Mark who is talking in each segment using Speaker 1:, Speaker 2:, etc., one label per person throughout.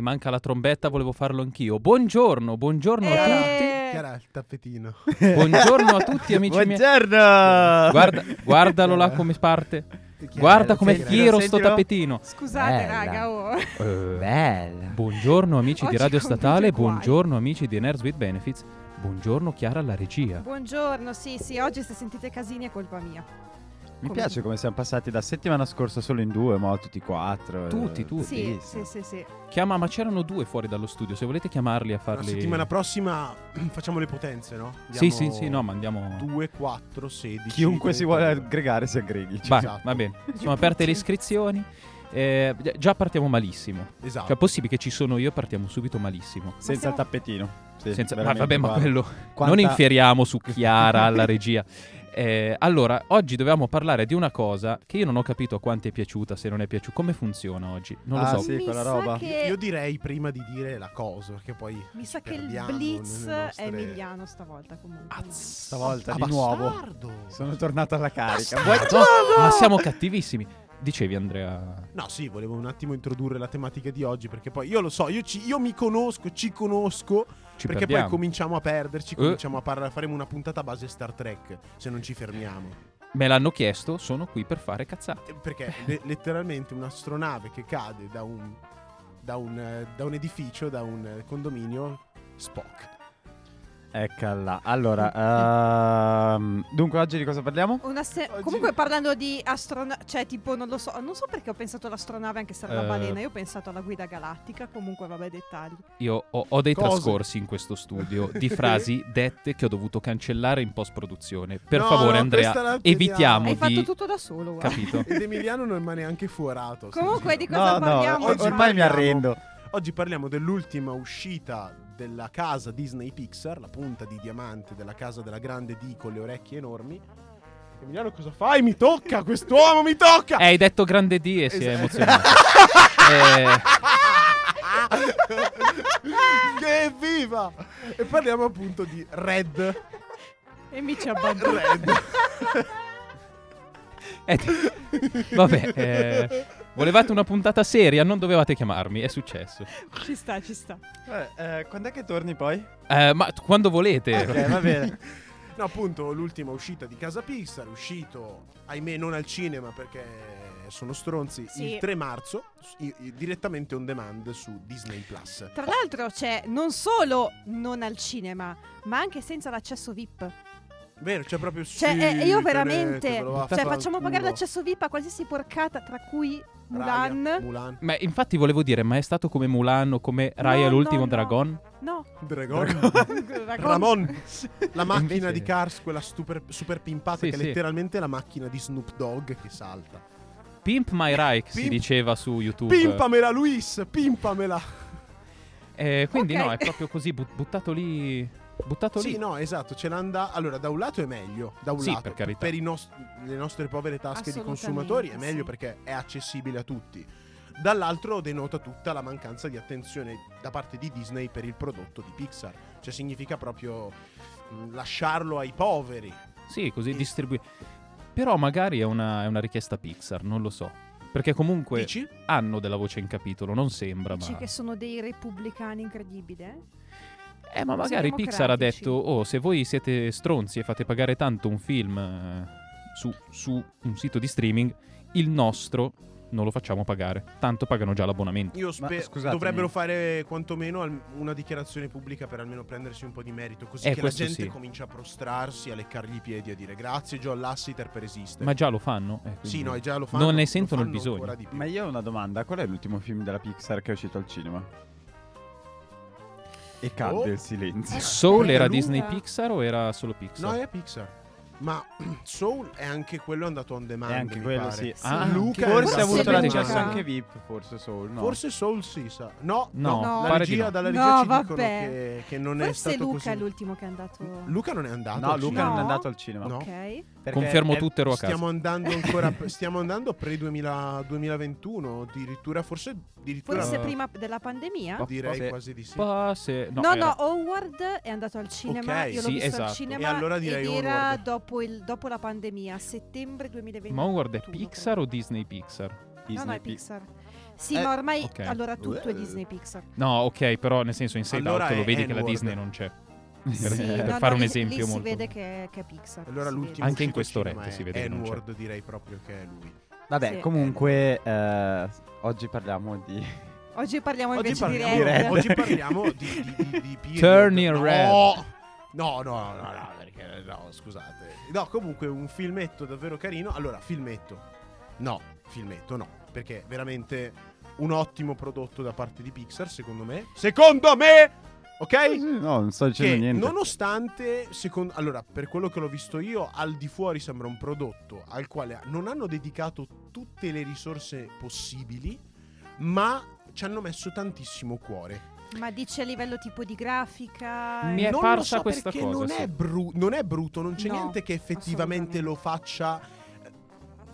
Speaker 1: manca la trombetta, volevo farlo anch'io. Buongiorno, buongiorno a tutti.
Speaker 2: Eh.
Speaker 3: Era il tappetino.
Speaker 1: Buongiorno a tutti amici miei.
Speaker 4: Buongiorno!
Speaker 1: Guarda, guardalo là come parte. Guarda com'è
Speaker 4: Sentilo,
Speaker 1: fiero sto
Speaker 4: sentilo.
Speaker 1: tappetino.
Speaker 2: Scusate,
Speaker 4: Bella.
Speaker 2: raga. oh.
Speaker 4: Bella.
Speaker 1: Buongiorno amici di
Speaker 2: Oggi
Speaker 1: Radio
Speaker 2: ho avuto
Speaker 1: Statale,
Speaker 2: i guai.
Speaker 1: buongiorno amici di Nerds with Benefits, buongiorno Chiara alla regia.
Speaker 2: Buongiorno, sì, sì, oggi se sentite casini è colpa mia.
Speaker 4: Mi
Speaker 2: Come-
Speaker 4: piace come siamo passati da settimana scorsa solo in due, ma tutti e quattro. eh,
Speaker 1: Tutti, tutti.
Speaker 2: Sì,
Speaker 4: bellissimo.
Speaker 2: sì, sì, sì.
Speaker 1: Chiama, ma c'erano due fuori dallo studio, se volete chiamarli a
Speaker 3: La
Speaker 1: farli...
Speaker 3: settimana prossima facciamo le potenze, no?
Speaker 1: Sì, sì, sì, no, ma andiamo...
Speaker 3: 2, 4, 16.
Speaker 4: Chiunque si vuole aggregare si cioè, aggreghi.
Speaker 1: Va,
Speaker 3: esatto.
Speaker 1: va bene, sono aperte le iscrizioni. Eh, già partiamo malissimo.
Speaker 3: Esatto.
Speaker 1: Cioè, è possibile che ci sono io e partiamo subito malissimo.
Speaker 4: Senza
Speaker 2: Ma stiamo-
Speaker 4: il tappetino. Sì,
Speaker 1: Senza- ma
Speaker 4: veramente,
Speaker 1: vabbè, ma
Speaker 4: guarda.
Speaker 1: quello.
Speaker 4: Quanta-
Speaker 1: Non infieriamo su Chiara alla regia. Eh, allora, oggi dovevamo parlare di una cosa che io non ho capito a quanti è piaciuta, se non è piaciuta. Come funziona oggi? Non lo
Speaker 4: Ah,
Speaker 1: so.
Speaker 4: sì,
Speaker 2: mi
Speaker 4: quella
Speaker 2: sa
Speaker 4: roba.
Speaker 2: Che...
Speaker 3: Io direi prima di dire la cosa, perché poi...
Speaker 2: Mi sa che il
Speaker 3: perdiamo
Speaker 2: blitz
Speaker 3: nelle
Speaker 2: è
Speaker 3: nostre-
Speaker 2: Emiliano stavolta comunque.
Speaker 4: Stavolta
Speaker 3: Ah,
Speaker 4: di nuovo.
Speaker 3: bastardo!
Speaker 4: Sono tornato alla carica.
Speaker 3: Ah,
Speaker 1: No, ma siamo cattivissimi. Dicevi, Andrea.
Speaker 3: No, sì, volevo un attimo introdurre la tematica di oggi, perché poi io lo so, io, ci- io mi conosco, ci conosco,
Speaker 1: Ci
Speaker 3: perché
Speaker 1: perdiamo.
Speaker 3: poi cominciamo a perderci,
Speaker 1: Eh.
Speaker 3: cominciamo a parlare, faremo una puntata a base Star Trek, se non ci fermiamo.
Speaker 1: Me l'hanno chiesto, sono qui per fare cazzate.
Speaker 3: Eh, Perché le- letteralmente un'astronave che cade da un, da un, eh, da un edificio, da un eh, condominio, Spock.
Speaker 4: Eccola. Allora, ehm, dunque oggi di cosa parliamo?
Speaker 2: Una se-
Speaker 3: Oggi-
Speaker 2: Comunque parlando di astronave, cioè tipo non lo so, non so perché ho pensato all'astronave anche se era
Speaker 1: Eh.
Speaker 2: la balena, io ho pensato alla guida galattica, comunque vabbè dettagli.
Speaker 1: Io ho, ho dei
Speaker 3: Cose.
Speaker 1: trascorsi in questo studio di frasi dette che ho dovuto cancellare in post-produzione. Per
Speaker 3: No,
Speaker 1: favore,
Speaker 3: no,
Speaker 1: Andrea,
Speaker 3: questa la
Speaker 1: evitiamo
Speaker 2: Hai
Speaker 3: teniamo.
Speaker 2: fatto
Speaker 1: di.
Speaker 2: tutto da solo, guarda.
Speaker 1: Capito? Eh,
Speaker 3: Ed Emiliano non mi ha neanche fuorato.
Speaker 2: Comunque di
Speaker 3: dico
Speaker 2: cosa
Speaker 4: no,
Speaker 2: parliamo?
Speaker 4: no, or-
Speaker 3: oggi?
Speaker 4: ormai mi
Speaker 3: Parliamo-
Speaker 4: arrendo.
Speaker 3: Oggi parliamo dell'ultima uscita della casa Disney Pixar, la punta di diamante della casa della grande D con le orecchie enormi. Emiliano, cosa fai? Mi tocca, quest'uomo mi tocca!
Speaker 1: Eh, hai detto grande D e si è
Speaker 3: Esatto.
Speaker 1: emozionato. Eh,
Speaker 3: che viva! E parliamo appunto di Red.
Speaker 2: E mi ci abbandono.
Speaker 3: Red.
Speaker 1: eh, vabbè, eh, volevate una puntata seria, non dovevate chiamarmi, è successo.
Speaker 2: ci sta, ci sta.
Speaker 4: Eh, eh, quando è che torni poi?
Speaker 1: Eh, ma t- quando volete.
Speaker 4: Ah, Ok, va bene.
Speaker 3: No, appunto, l'ultima uscita di Casa Pixar, uscito, ahimè, non al cinema perché sono stronzi,
Speaker 2: Sì.
Speaker 3: il 3 marzo, s- i- i- direttamente on demand su Disney Plus.
Speaker 2: Tra l'altro c'è non solo non al cinema, ma anche senza l'accesso VIP.
Speaker 3: Vero, c'è proprio
Speaker 2: Cioè,
Speaker 3: sì,
Speaker 2: eh, io
Speaker 3: tenetevelo,
Speaker 2: veramente,
Speaker 3: va a
Speaker 2: cioè,
Speaker 3: far
Speaker 2: facciamo pagare
Speaker 3: culo.
Speaker 2: l'accesso VIP a qualsiasi porcata, tra cui
Speaker 3: Raya,
Speaker 2: Mulan.
Speaker 3: Mulan.
Speaker 1: Ma infatti volevo dire, ma è stato come Mulan o come Raya
Speaker 2: No,
Speaker 1: l'ultimo
Speaker 2: no, no.
Speaker 1: dragon?
Speaker 2: No,
Speaker 3: Dragon. Ramon, la macchina
Speaker 1: Invece-
Speaker 3: di Cars, quella super, super pimpata
Speaker 1: Sì,
Speaker 3: che è
Speaker 1: sì.
Speaker 3: letteralmente la macchina di Snoop Dogg che salta.
Speaker 1: Pimp My Rike si
Speaker 3: Pimp-
Speaker 1: diceva su YouTube.
Speaker 3: Pimpamela Luis, pimpamela.
Speaker 1: Eh, quindi
Speaker 2: Ok.
Speaker 1: no, è proprio così, bu- buttato lì... Buttato
Speaker 3: Sì,
Speaker 1: lì.
Speaker 3: no, esatto, ce l'anda. Allora, da un lato è meglio, da un
Speaker 1: Sì,
Speaker 3: lato
Speaker 1: per carità.
Speaker 3: i nos- le nostre povere tasche di
Speaker 2: Assolutamente,
Speaker 3: consumatori è
Speaker 2: sì.
Speaker 3: meglio perché è accessibile a tutti. Dall'altro denota tutta la mancanza di attenzione da parte di Disney per il prodotto di Pixar. Cioè significa proprio mh, lasciarlo ai poveri.
Speaker 1: Sì, così distribuire. Però magari è una, è una richiesta Pixar, non lo so. Perché comunque
Speaker 3: Dici?
Speaker 1: hanno della voce in capitolo, non sembra,
Speaker 2: Dici
Speaker 1: ma...
Speaker 2: che sono dei repubblicani incredibili, eh?
Speaker 1: Eh, ma
Speaker 2: Così
Speaker 1: magari Pixar ha
Speaker 2: democratici.
Speaker 1: detto: Oh, se voi siete stronzi e fate pagare tanto un film eh, su, su un sito di streaming, il nostro non lo facciamo pagare. Tanto pagano già l'abbonamento.
Speaker 3: Io spero
Speaker 4: scusatemi.
Speaker 3: dovrebbero fare quantomeno al- una dichiarazione pubblica per almeno prendersi un po' di merito, così
Speaker 1: Eh,
Speaker 3: che la
Speaker 1: questo
Speaker 3: gente
Speaker 1: sì.
Speaker 3: comincia a prostrarsi, a leccargli i piedi, a dire grazie John Lassiter per esistere.
Speaker 1: Ma già lo fanno? eh, quindi-
Speaker 3: Sì, no, già lo fanno.
Speaker 1: Non ne
Speaker 3: lo
Speaker 1: sentono il
Speaker 3: fanno
Speaker 1: bisogno.
Speaker 3: ancora di più.
Speaker 4: Ma io ho una domanda, qual è l'ultimo film della Pixar che è uscito al cinema? E cadde
Speaker 3: Oh.
Speaker 4: il silenzio.
Speaker 1: Soul
Speaker 3: Perché
Speaker 1: era
Speaker 3: lui-
Speaker 1: Disney Pixar o era solo Pixar?
Speaker 3: No, eh, è Pixar. Ma Soul è anche quello andato on demand.
Speaker 4: E anche
Speaker 3: mi
Speaker 4: quello
Speaker 3: pare.
Speaker 4: sì.
Speaker 1: Ah,
Speaker 3: Luca
Speaker 4: forse
Speaker 3: è
Speaker 4: ha avuto
Speaker 3: andato
Speaker 4: la
Speaker 3: on demand.
Speaker 4: chance anche VIP, forse Soul, no?
Speaker 3: Forse Soul si sa. No,
Speaker 1: No,
Speaker 2: No.
Speaker 3: la
Speaker 1: pare di
Speaker 3: regia
Speaker 1: no.
Speaker 3: dalla
Speaker 2: No,
Speaker 3: regia ci dicono
Speaker 2: vabbè.
Speaker 3: che, che non è
Speaker 2: Forse
Speaker 3: stato
Speaker 2: Luca
Speaker 3: così.
Speaker 2: è l'ultimo che è andato.
Speaker 3: Luca non è andato.
Speaker 4: No,
Speaker 3: al
Speaker 4: Luca
Speaker 3: cinema.
Speaker 4: non è
Speaker 2: No.
Speaker 4: andato al cinema.
Speaker 3: No.
Speaker 2: Ok.
Speaker 4: Perché
Speaker 1: Confermo
Speaker 4: è-
Speaker 1: tutto, ero a casa.
Speaker 3: Stiamo andando ancora stiamo andando pre 2000 2021, addirittura forse addirittura
Speaker 2: Forse
Speaker 1: Eh.
Speaker 2: prima della pandemia?
Speaker 3: direi
Speaker 4: Forse-
Speaker 3: quasi di sì.
Speaker 1: Pa- se- No,
Speaker 2: No, no,
Speaker 1: era-
Speaker 2: Onward è andato al cinema.
Speaker 3: Ok.
Speaker 2: Io l'ho
Speaker 1: Sì,
Speaker 2: visto
Speaker 1: esatto.
Speaker 2: al cinema.
Speaker 3: E allora direi
Speaker 2: ed era
Speaker 3: Onward.
Speaker 2: dopo, il- dopo la pandemia, settembre 2020.
Speaker 1: Ma Onward è Pixar o Disney Pixar?
Speaker 2: No, no,
Speaker 4: Disney
Speaker 2: è
Speaker 4: Pi-
Speaker 2: Pixar. Sì,
Speaker 4: Eh,
Speaker 2: ma ormai
Speaker 1: ok. Eh,
Speaker 2: allora tutto è Disney Pixar.
Speaker 1: No, ok, però nel senso in Inside
Speaker 3: Allora
Speaker 1: Out lo
Speaker 3: è
Speaker 1: vedi che la
Speaker 3: N-word.
Speaker 1: Disney non c'è. Per,
Speaker 2: Sì,
Speaker 1: per
Speaker 2: no, no,
Speaker 1: fare un
Speaker 2: lì-
Speaker 1: esempio
Speaker 2: lì
Speaker 1: molto...
Speaker 2: si vede che, che è Pixar.
Speaker 3: Allora
Speaker 2: si
Speaker 3: l'ultimo
Speaker 2: vede.
Speaker 1: Anche in questo
Speaker 3: uscito cinema
Speaker 1: retto
Speaker 3: è
Speaker 1: si vede che non c'è.
Speaker 3: N-word direi proprio che è lui.
Speaker 4: Vabbè,
Speaker 2: Sì.
Speaker 4: comunque eh, oggi parliamo di
Speaker 2: Oggi parliamo
Speaker 3: Oggi
Speaker 2: invece
Speaker 3: parliamo,
Speaker 2: di Red.
Speaker 4: Red.
Speaker 3: oggi parliamo di, di, di, di period.
Speaker 1: Turn in
Speaker 3: no.
Speaker 1: red.
Speaker 3: No, no, no, no, no, perché no, scusate. No, comunque un filmetto davvero carino. Allora, filmetto. No, filmetto no, perché veramente un ottimo prodotto da parte di Pixar, secondo me. Secondo me! Ok?
Speaker 4: No, non sto dicendo
Speaker 3: Che
Speaker 4: niente.
Speaker 3: nonostante, secondo, allora, per quello che l'ho visto io, al di fuori sembra un prodotto al quale non hanno dedicato tutte le risorse possibili, ma ci hanno messo tantissimo cuore.
Speaker 2: Ma dici a livello tipo di grafica?
Speaker 1: Mi
Speaker 2: eh,
Speaker 1: è
Speaker 3: non lo
Speaker 1: parsa
Speaker 3: so
Speaker 1: questa
Speaker 3: perché
Speaker 1: cosa,
Speaker 3: non,
Speaker 1: sì.
Speaker 3: è bru- non è brutto, non c'è
Speaker 2: No,
Speaker 3: niente che effettivamente
Speaker 2: assolutamente.
Speaker 3: lo faccia eh,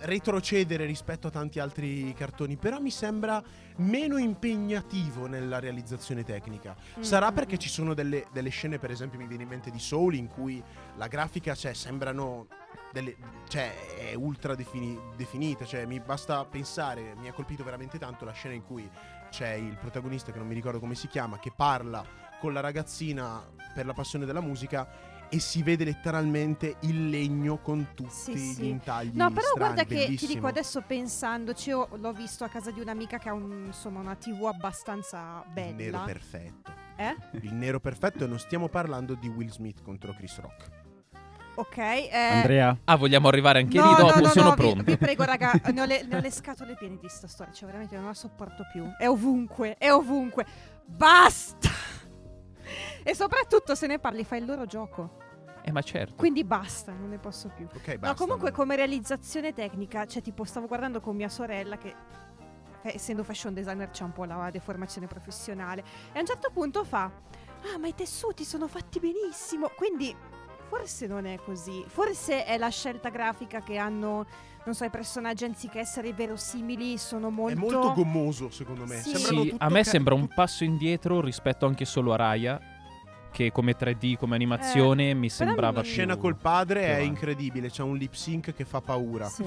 Speaker 3: retrocedere rispetto a tanti altri cartoni, però mi sembra meno impegnativo nella realizzazione tecnica.
Speaker 2: mm,
Speaker 3: Sarà
Speaker 2: mm,
Speaker 3: perché
Speaker 2: mm.
Speaker 3: ci sono delle, delle scene, per esempio, mi viene in mente di Soul, in cui la grafica, cioè, sembrano. delle- cioè, è ultra defini- definita. Cioè, mi basta pensare, mi ha colpito veramente tanto la scena in cui c'è il protagonista, che non mi ricordo come si chiama, che parla con la ragazzina per la passione della musica e si vede letteralmente il legno con tutti
Speaker 2: Sì,
Speaker 3: gli
Speaker 2: sì.
Speaker 3: intagli.
Speaker 2: No, però
Speaker 3: strani,
Speaker 2: guarda che ti dico
Speaker 3: bellissimo.
Speaker 2: adesso pensandoci, io l'ho visto a casa di un'amica che ha un- insomma una TV abbastanza
Speaker 3: Il nero
Speaker 2: bella.
Speaker 3: perfetto.
Speaker 2: Eh?
Speaker 3: Il nero perfetto e non stiamo parlando di Will Smith contro Chris Rock.
Speaker 2: Ok. eh,
Speaker 4: Andrea,
Speaker 1: Ah, vogliamo arrivare anche
Speaker 2: no,
Speaker 1: lì
Speaker 2: no,
Speaker 1: dopo?
Speaker 2: no,
Speaker 1: Sono
Speaker 2: no, vi-
Speaker 1: pronto.
Speaker 2: Vi, prego, raga, ne ho, le, ne ho le scatole piene di sta storia. Cioè, veramente non la sopporto più. È ovunque, è ovunque. Basta! E soprattutto se ne parli, fai il loro gioco.
Speaker 1: Eh, ma certo.
Speaker 2: Quindi basta, non ne posso più.
Speaker 3: Ok, basta.
Speaker 2: No, comunque
Speaker 3: non-
Speaker 2: come realizzazione tecnica, cioè tipo stavo guardando con mia sorella che eh, essendo fashion designer c'è un po' la deformazione professionale e a un certo punto fa "Ah, ma i tessuti sono fatti benissimo". Quindi forse non è così. Forse è la scelta grafica che hanno non so i personaggi anziché essere verosimili sono molto
Speaker 3: È molto gommoso, secondo me.
Speaker 2: Sì.
Speaker 3: Sembrano
Speaker 1: Sì,
Speaker 3: tutto
Speaker 1: a me
Speaker 3: ca-
Speaker 1: sembra un
Speaker 3: tutto-
Speaker 1: passo indietro rispetto anche solo a Raya, che come 3D, come animazione, mi sembrava
Speaker 2: Eh, non-
Speaker 3: La
Speaker 1: più...
Speaker 3: scena col padre
Speaker 1: più
Speaker 3: è
Speaker 1: avanti.
Speaker 3: incredibile, c'è un lip sync che fa paura.
Speaker 2: Sì.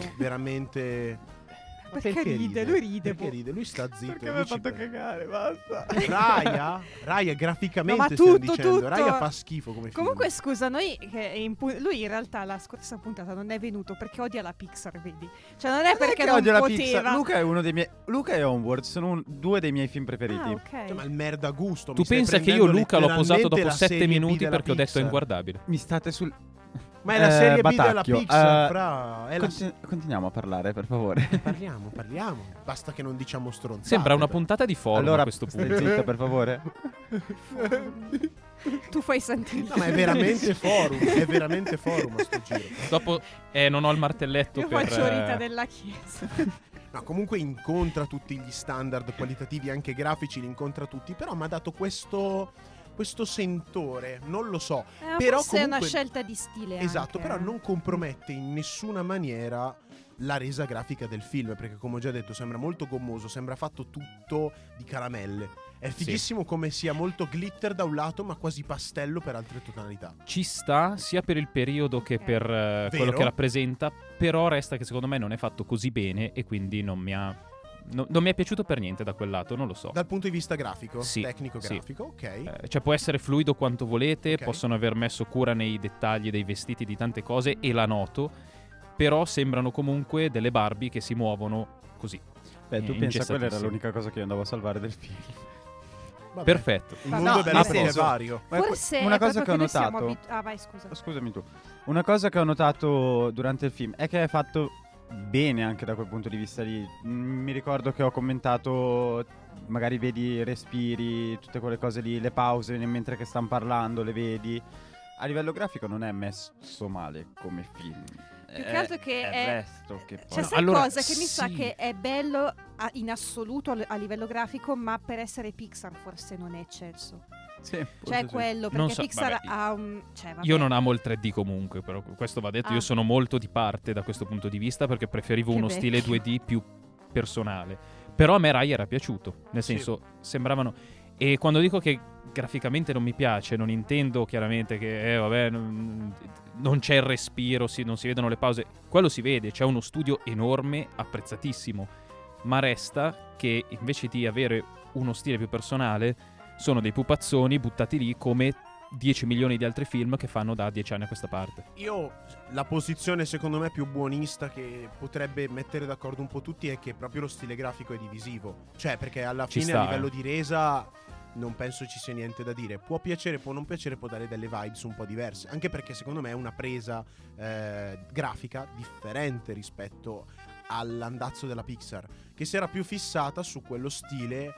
Speaker 3: Veramente. Ma
Speaker 2: Perché ride? Lui ride, boh.
Speaker 3: Perché ride? Lui sta zitto.
Speaker 4: perché mi
Speaker 3: lui
Speaker 4: hai
Speaker 3: ci
Speaker 4: fatto
Speaker 3: prende.
Speaker 4: cagare? Basta.
Speaker 3: Raya? Raya graficamente
Speaker 2: No, ma
Speaker 3: stiamo
Speaker 2: tutto,
Speaker 3: dicendo.
Speaker 2: tutto.
Speaker 3: Raya fa schifo come film.
Speaker 2: Comunque scusa, noi che in pu- lui in realtà la scorsa puntata non è venuto perché odia la Pixar, vedi? Cioè non è perché non
Speaker 4: odio la
Speaker 2: poteva.
Speaker 4: Pixar. Luca è uno dei miei Luca e Onward sono un- due dei miei film preferiti.
Speaker 2: Ah, ok.
Speaker 3: Cioè, ma il merda gusto.
Speaker 1: Tu
Speaker 3: mi stai
Speaker 1: pensa che io
Speaker 3: prendendo
Speaker 1: Luca l'ho posato
Speaker 3: letteralmente
Speaker 1: dopo
Speaker 3: la
Speaker 1: 7
Speaker 3: serie B
Speaker 1: minuti
Speaker 3: della
Speaker 1: perché ho detto è
Speaker 3: Pixar.
Speaker 1: inguardabile.
Speaker 4: Mi state sul
Speaker 3: Ma è la
Speaker 4: Eh,
Speaker 3: serie B della
Speaker 4: Batacchio,
Speaker 3: Pixar,
Speaker 4: eh,
Speaker 3: fra. È la
Speaker 4: Conti- Continuiamo a parlare, per favore.
Speaker 3: Parliamo, parliamo. Basta che non diciamo stronzate.
Speaker 1: Sembra una
Speaker 3: però.
Speaker 1: puntata di forum
Speaker 4: allora,
Speaker 1: a questo punto.
Speaker 3: eh,
Speaker 4: stai zitto, per favore.
Speaker 2: Cioè, Tu fai Santini.
Speaker 3: No, ma è veramente forum, è veramente forum a sto giro.
Speaker 1: Dopo, eh, non ho il martelletto
Speaker 2: Io
Speaker 1: per...
Speaker 2: faccio Rita
Speaker 1: eh,
Speaker 2: della Chiesa.
Speaker 3: Ma comunque incontra tutti gli standard qualitativi, anche grafici, li incontra tutti, però mi ha dato questo questo sentore, non lo so. Però
Speaker 2: Però Eh, forse è una
Speaker 3: comunque-
Speaker 2: scelta di stile.
Speaker 3: esatto,
Speaker 2: anche,
Speaker 3: però
Speaker 2: eh.
Speaker 3: non compromette in nessuna maniera la resa grafica del film, perché come ho già detto sembra molto gommoso, sembra fatto tutto di caramelle. È fighissimo come sia molto glitter da un lato, ma quasi pastello per altre tonalità.
Speaker 1: Ci sta sia per il periodo che
Speaker 2: Ok.
Speaker 1: per eh, quello
Speaker 3: Vero.
Speaker 1: che rappresenta, però resta che secondo me non è fatto così bene e quindi non mi ha... no- non mi è piaciuto per niente da quel lato, non lo so.
Speaker 3: Dal punto di vista grafico,
Speaker 1: Sì,
Speaker 3: tecnico
Speaker 1: sì.
Speaker 3: grafico, ok.
Speaker 1: Eh, Cioè può essere fluido quanto volete,
Speaker 3: Ok.
Speaker 1: possono aver messo cura nei dettagli dei vestiti di tante cose e la noto, però sembrano comunque delle Barbie che si muovono così.
Speaker 4: Beh, tu
Speaker 1: Eh,
Speaker 4: pensa quella era
Speaker 1: ingessatissimo.
Speaker 4: l'unica cosa che io andavo a salvare del film.
Speaker 3: Vabbè.
Speaker 1: Perfetto.
Speaker 3: Il
Speaker 2: No,
Speaker 3: mondo è bello
Speaker 1: nel
Speaker 3: perché è
Speaker 1: senso-
Speaker 3: vario.
Speaker 4: Ma que-
Speaker 2: Forse
Speaker 4: una
Speaker 2: è
Speaker 4: cosa
Speaker 2: proprio
Speaker 4: che ho
Speaker 2: noi siamo
Speaker 4: notato
Speaker 2: abitu- ah, vai, scusa.
Speaker 4: Scusami tu. Una cosa che ho notato durante il film è che è fatto bene anche da quel punto di vista lì. Mm, Mi ricordo che ho commentato, magari vedi i respiri, tutte quelle cose lì, le pause ne- mentre che stanno parlando, le vedi. A livello grafico non è messo male come film.
Speaker 2: Più che altro che
Speaker 4: è,
Speaker 2: è-
Speaker 4: il resto Certo che poi...
Speaker 2: Cioè,
Speaker 1: No,
Speaker 2: sai
Speaker 1: allora,
Speaker 2: cosa? Che mi sa
Speaker 1: sì.
Speaker 2: che è bello a- in assoluto a a livello grafico, ma per essere Pixar forse non è eccelso.
Speaker 4: Sì, forse
Speaker 2: Cioè,
Speaker 4: sì.
Speaker 2: quello,
Speaker 1: Non
Speaker 2: perché
Speaker 1: so,
Speaker 2: Pixar
Speaker 1: vabbè,
Speaker 2: ha un... Cioè, vabbè.
Speaker 1: Io non amo il 3D comunque, però questo va detto,
Speaker 2: Ah.
Speaker 1: io sono molto di parte da questo punto di vista perché preferivo
Speaker 2: Che
Speaker 1: uno stile
Speaker 2: vecchio.
Speaker 1: 2D più personale. Però a me Rai era piaciuto, nel
Speaker 3: Sì.
Speaker 1: senso sembravano... E quando dico che graficamente non mi piace, non intendo chiaramente che, eh, vabbè, non, non c'è il respiro, si- non si vedono le pause, quello si vede, c'è uno studio enorme, apprezzatissimo. ma resta che invece di avere uno stile più personale, sono dei pupazzoni buttati lì come 10 milioni di altri film che fanno da 10 anni a questa parte.
Speaker 3: Io la posizione secondo me più buonista che potrebbe mettere d'accordo un po' tutti è che proprio lo stile grafico è divisivo. Cioè, perché alla
Speaker 1: Ci
Speaker 3: fine
Speaker 1: sta,
Speaker 3: a livello
Speaker 1: eh.
Speaker 3: di resa non penso ci sia niente da dire. Può piacere, può non piacere, può dare delle vibes un po' diverse. Anche perché secondo me è una presa eh, grafica differente rispetto all'andazzo della Pixar, che si era più fissata su quello stile eh,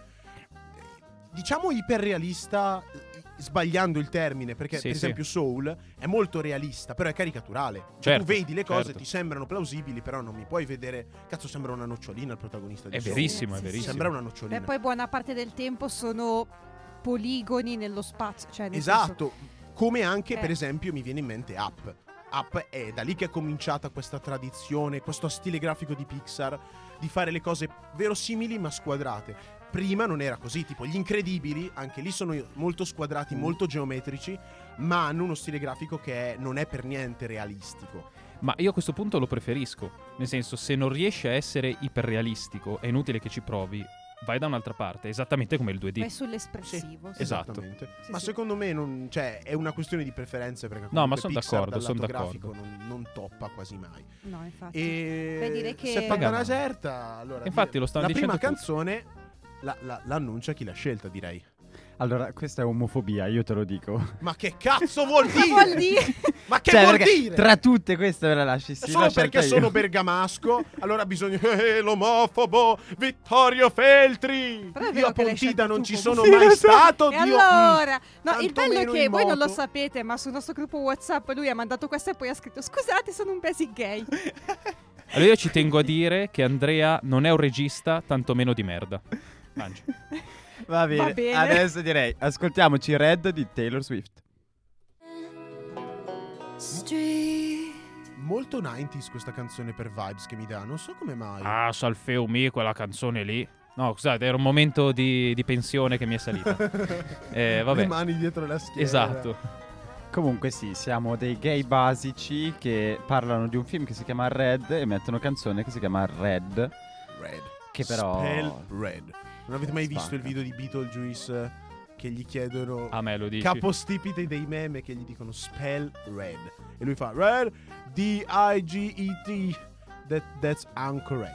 Speaker 3: diciamo iperrealista eh, sbagliando il termine perché
Speaker 1: Sì,
Speaker 3: per
Speaker 1: sì.
Speaker 3: esempio Soul è molto realista però è caricaturale cioè
Speaker 1: Certo,
Speaker 3: tu vedi le cose
Speaker 1: certo.
Speaker 3: ti sembrano plausibili però non mi puoi vedere cazzo sembra una nocciolina il protagonista di
Speaker 1: È
Speaker 3: Soul
Speaker 1: verissimo, è
Speaker 2: Sì, sì, sì.
Speaker 1: verissimo.
Speaker 3: sembra una
Speaker 2: Beh,
Speaker 3: nocciolina
Speaker 2: poi buona parte del tempo sono poligoni nello spazio. Cioè nel senso-
Speaker 3: Esatto, come anche
Speaker 2: Eh.
Speaker 3: per esempio mi viene in mente Up. Up è da lì che è cominciata questa tradizione, questo stile grafico di Pixar di fare le cose verosimili ma squadrate. Prima non era così, tipo gli incredibili, anche lì sono molto squadrati,
Speaker 1: Mm.
Speaker 3: molto geometrici, ma hanno uno stile grafico che è- non è per niente realistico.
Speaker 1: Ma io a questo punto lo preferisco. Nel senso, se non riesci a essere iperrealistico, è inutile che ci provi. Vai da un'altra parte, esattamente come il 2D.
Speaker 2: Vai sull'espressivo.
Speaker 1: Esatto.
Speaker 3: Esattamente.
Speaker 2: Sì,
Speaker 3: ma
Speaker 2: sì.
Speaker 3: secondo me non- cioè, è una questione di preferenze perché
Speaker 1: No, ma
Speaker 3: comunque
Speaker 1: son
Speaker 3: Pixar
Speaker 1: d'accordo,
Speaker 3: dal
Speaker 1: son
Speaker 3: lato
Speaker 1: d'accordo.
Speaker 3: grafico non, non toppa quasi mai.
Speaker 2: No, infatti.
Speaker 3: E
Speaker 2: Beh, direi che-
Speaker 3: se parla
Speaker 1: Pagano.
Speaker 3: una certa, allora
Speaker 1: Infatti
Speaker 3: dire-
Speaker 1: lo stanno
Speaker 3: la
Speaker 1: dicendo
Speaker 3: prima
Speaker 1: tutti.
Speaker 3: canzone la, la- l'annuncia chi l'ha scelta, direi.
Speaker 4: Allora, questa è omofobia, io te lo dico.
Speaker 3: Ma che cazzo vuol
Speaker 2: Cosa vuol
Speaker 3: dire?
Speaker 2: dire?
Speaker 3: Ma che
Speaker 4: Cioè,
Speaker 3: vuol
Speaker 4: perché
Speaker 3: dire?
Speaker 4: Tra tutte queste ve la lasci sì, l'ho
Speaker 3: Solo
Speaker 4: scelta
Speaker 3: perché
Speaker 4: io.
Speaker 3: sono bergamasco, allora bisogna eh, l'omofobo Vittorio Feltri.
Speaker 2: Però è vero
Speaker 3: Io a
Speaker 2: che l'hai scelta
Speaker 3: Pontida non
Speaker 2: tu,
Speaker 3: ci
Speaker 2: comunque.
Speaker 3: sono
Speaker 2: Sì,
Speaker 3: mai
Speaker 2: lo so.
Speaker 3: stato,
Speaker 2: E
Speaker 3: Dio.
Speaker 2: allora, no,
Speaker 3: tanto
Speaker 2: il bello è
Speaker 3: meno
Speaker 2: che
Speaker 3: mm, in
Speaker 2: voi non lo
Speaker 3: moto.
Speaker 2: sapete, ma sul nostro gruppo WhatsApp lui ha mandato questo e poi ha scritto: Scusate, sono un basic gay.
Speaker 1: Allora io ci tengo a dire che Andrea non è un regista, tantomeno di merda. Mangia.
Speaker 4: Va bene.
Speaker 2: Va bene.
Speaker 4: Adesso direi, ascoltiamoci Red di Taylor Swift.
Speaker 5: Street.
Speaker 3: Molto 90s questa canzone per vibes che mi dà, non so come mai.
Speaker 1: Ah, Salfeo Mi, quella canzone lì. No, scusate, era un momento di, di pensione che mi è salita. Eh, vabbè.
Speaker 3: Le mani dietro la schiena.
Speaker 1: Esatto.
Speaker 4: Comunque sì, siamo dei gay basici che parlano di un film che si chiama Red e mettono canzone che si chiama Red.
Speaker 3: Red.
Speaker 4: Che però...
Speaker 3: Spell Red. Non avete mai visto
Speaker 4: Spacca.
Speaker 3: il video di Beetlejuice eh, che gli chiedono
Speaker 1: A Ah, me lo dici.
Speaker 3: capostipite dei meme che gli dicono spell red e lui fa red D I G E T that, that's incorrect.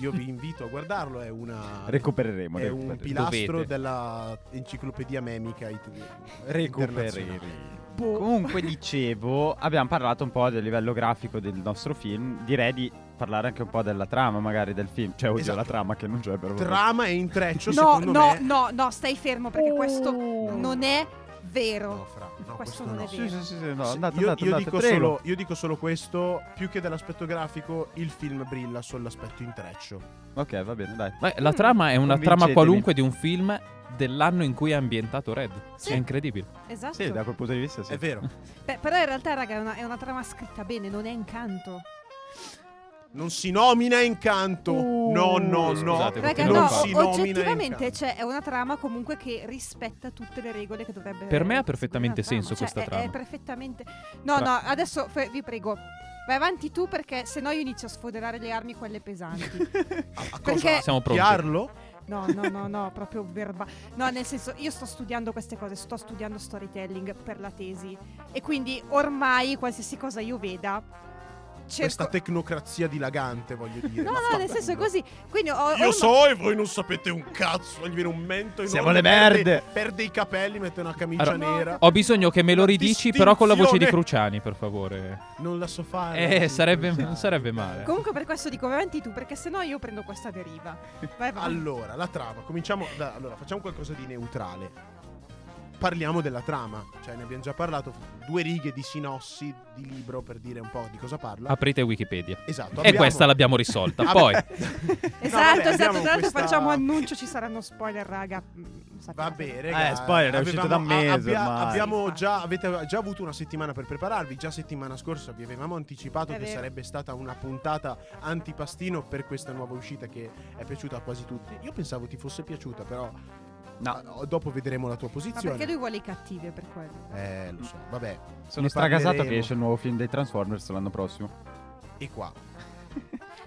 Speaker 3: Io vi invito a guardarlo, è una
Speaker 4: Recupereremo.
Speaker 3: è un
Speaker 4: recupereremo.
Speaker 3: pilastro
Speaker 1: Dovete.
Speaker 3: della enciclopedia memica it- internazionale.
Speaker 4: Recupereremo. Comunque dicevo, abbiamo parlato un po' del livello grafico del nostro film, direi di parlare anche un po' della trama magari del film, cioè oddio
Speaker 3: Esatto.
Speaker 4: la trama che non c'è per
Speaker 3: Trama e intreccio
Speaker 2: no,
Speaker 3: secondo
Speaker 2: no,
Speaker 3: me.
Speaker 2: no, no, stai fermo perché questo non è vero.
Speaker 3: No, fra, no,
Speaker 2: Questo
Speaker 3: questo
Speaker 2: non
Speaker 3: no.
Speaker 2: è
Speaker 4: Sì, sì, sì, sì, no,
Speaker 3: Se- io,
Speaker 4: andate, andate,
Speaker 3: io
Speaker 4: andate,
Speaker 3: dico
Speaker 4: prego.
Speaker 3: solo, io dico solo questo, più che dell'aspetto grafico, il film brilla sull'aspetto intreccio.
Speaker 4: Ok, va bene, dai.
Speaker 1: Beh, la trama è una trama
Speaker 4: Convincetemi.
Speaker 1: qualunque di un film dell'anno in cui è ambientato Red.
Speaker 2: Sì.
Speaker 1: È incredibile.
Speaker 2: Esatto.
Speaker 4: Sì, da quel punto di vista sì.
Speaker 3: È vero.
Speaker 2: Beh, però in realtà, raga, è una, è una trama scritta bene, non è incanto.
Speaker 3: Non si nomina incanto.
Speaker 4: Uh.
Speaker 3: no, no, no.
Speaker 1: Scusate,
Speaker 2: Raga,
Speaker 1: perché
Speaker 2: no,
Speaker 1: non si
Speaker 2: oggettivamente
Speaker 3: Incanto.
Speaker 2: cioè, è una trama comunque che rispetta tutte le regole che dovrebbe
Speaker 1: Per me ha
Speaker 2: seguire
Speaker 1: perfettamente
Speaker 2: una trama.
Speaker 1: senso
Speaker 2: Cioè,
Speaker 1: questa
Speaker 2: è- È
Speaker 1: trama.
Speaker 2: perfettamente. No,
Speaker 1: Tra-
Speaker 2: no, adesso fe- vi prego. Vai avanti tu perché sennò io inizio a sfoderare le armi quelle pesanti.
Speaker 3: A
Speaker 2: Perché-
Speaker 3: Ah, cosa?
Speaker 1: Siamo pronti.
Speaker 3: Chiarlo?
Speaker 2: No, no, no, no, proprio verbale. No, nel senso, io sto studiando queste cose, sto studiando storytelling per la tesi e quindi ormai qualsiasi cosa io veda
Speaker 3: Questa
Speaker 2: cerco
Speaker 3: tecnocrazia dilagante, voglio dire.
Speaker 2: No,
Speaker 3: Ma
Speaker 2: no, nel senso è
Speaker 3: fanculo.
Speaker 2: così. Quindi ho,
Speaker 3: Io
Speaker 2: ormai-
Speaker 3: so e voi non sapete un cazzo. Gli viene un mento enorme.
Speaker 4: Siamo le
Speaker 3: perde-
Speaker 4: merde.
Speaker 3: Perde i capelli, mette una camicia
Speaker 1: Allora-
Speaker 3: nera.
Speaker 1: Ho bisogno che me lo
Speaker 3: La
Speaker 1: ridici, però con la voce di
Speaker 3: distinzione.
Speaker 1: Cruciani, per favore.
Speaker 3: Non la so fare.
Speaker 1: Eh,
Speaker 3: non so
Speaker 1: sarebbe-
Speaker 3: improvvisare.
Speaker 1: non sarebbe male.
Speaker 2: Comunque per questo dico vai avanti tu perché sennò io prendo questa deriva. Vai vai.
Speaker 3: Allora, la trama. Cominciamo da... Allora, facciamo qualcosa di neutrale. Parliamo della trama. Cioè, ne abbiamo già parlato. Due righe di sinossi di libro per dire un po' di cosa parla.
Speaker 1: Aprite Wikipedia.
Speaker 3: Esatto.
Speaker 1: E
Speaker 3: abbiamo-
Speaker 1: Ah, questa l'abbiamo risolta.
Speaker 3: Ah,
Speaker 1: Poi,
Speaker 2: esatto,
Speaker 3: vabbè,
Speaker 2: esatto,
Speaker 3: abbiamo
Speaker 2: tra l'altro
Speaker 3: questa-
Speaker 2: facciamo annuncio, ci saranno spoiler, raga. Mm,
Speaker 3: Va
Speaker 2: sappiate.
Speaker 3: bene, raga.
Speaker 4: Eh, spoiler, è uscito da un
Speaker 3: a-
Speaker 4: mese ormai.
Speaker 3: abbiamo
Speaker 2: Infatti.
Speaker 3: già, avete già avuto una settimana per prepararvi. Già settimana scorsa vi avevamo anticipato
Speaker 2: È
Speaker 3: che
Speaker 2: vero.
Speaker 3: sarebbe stata una puntata antipastino per questa nuova uscita che è piaciuta a quasi tutti. Io pensavo ti fosse piaciuta, però
Speaker 4: No,
Speaker 3: ah, dopo vedremo la tua
Speaker 2: Ma
Speaker 3: posizione.
Speaker 2: perché lui vuole i cattivi è per quello.
Speaker 3: Eh, lo so, vabbè.
Speaker 4: sono
Speaker 3: Ne
Speaker 4: stragasato
Speaker 3: parleremo.
Speaker 4: Mm. che esce il nuovo film dei Transformers l'anno prossimo.
Speaker 3: E qua.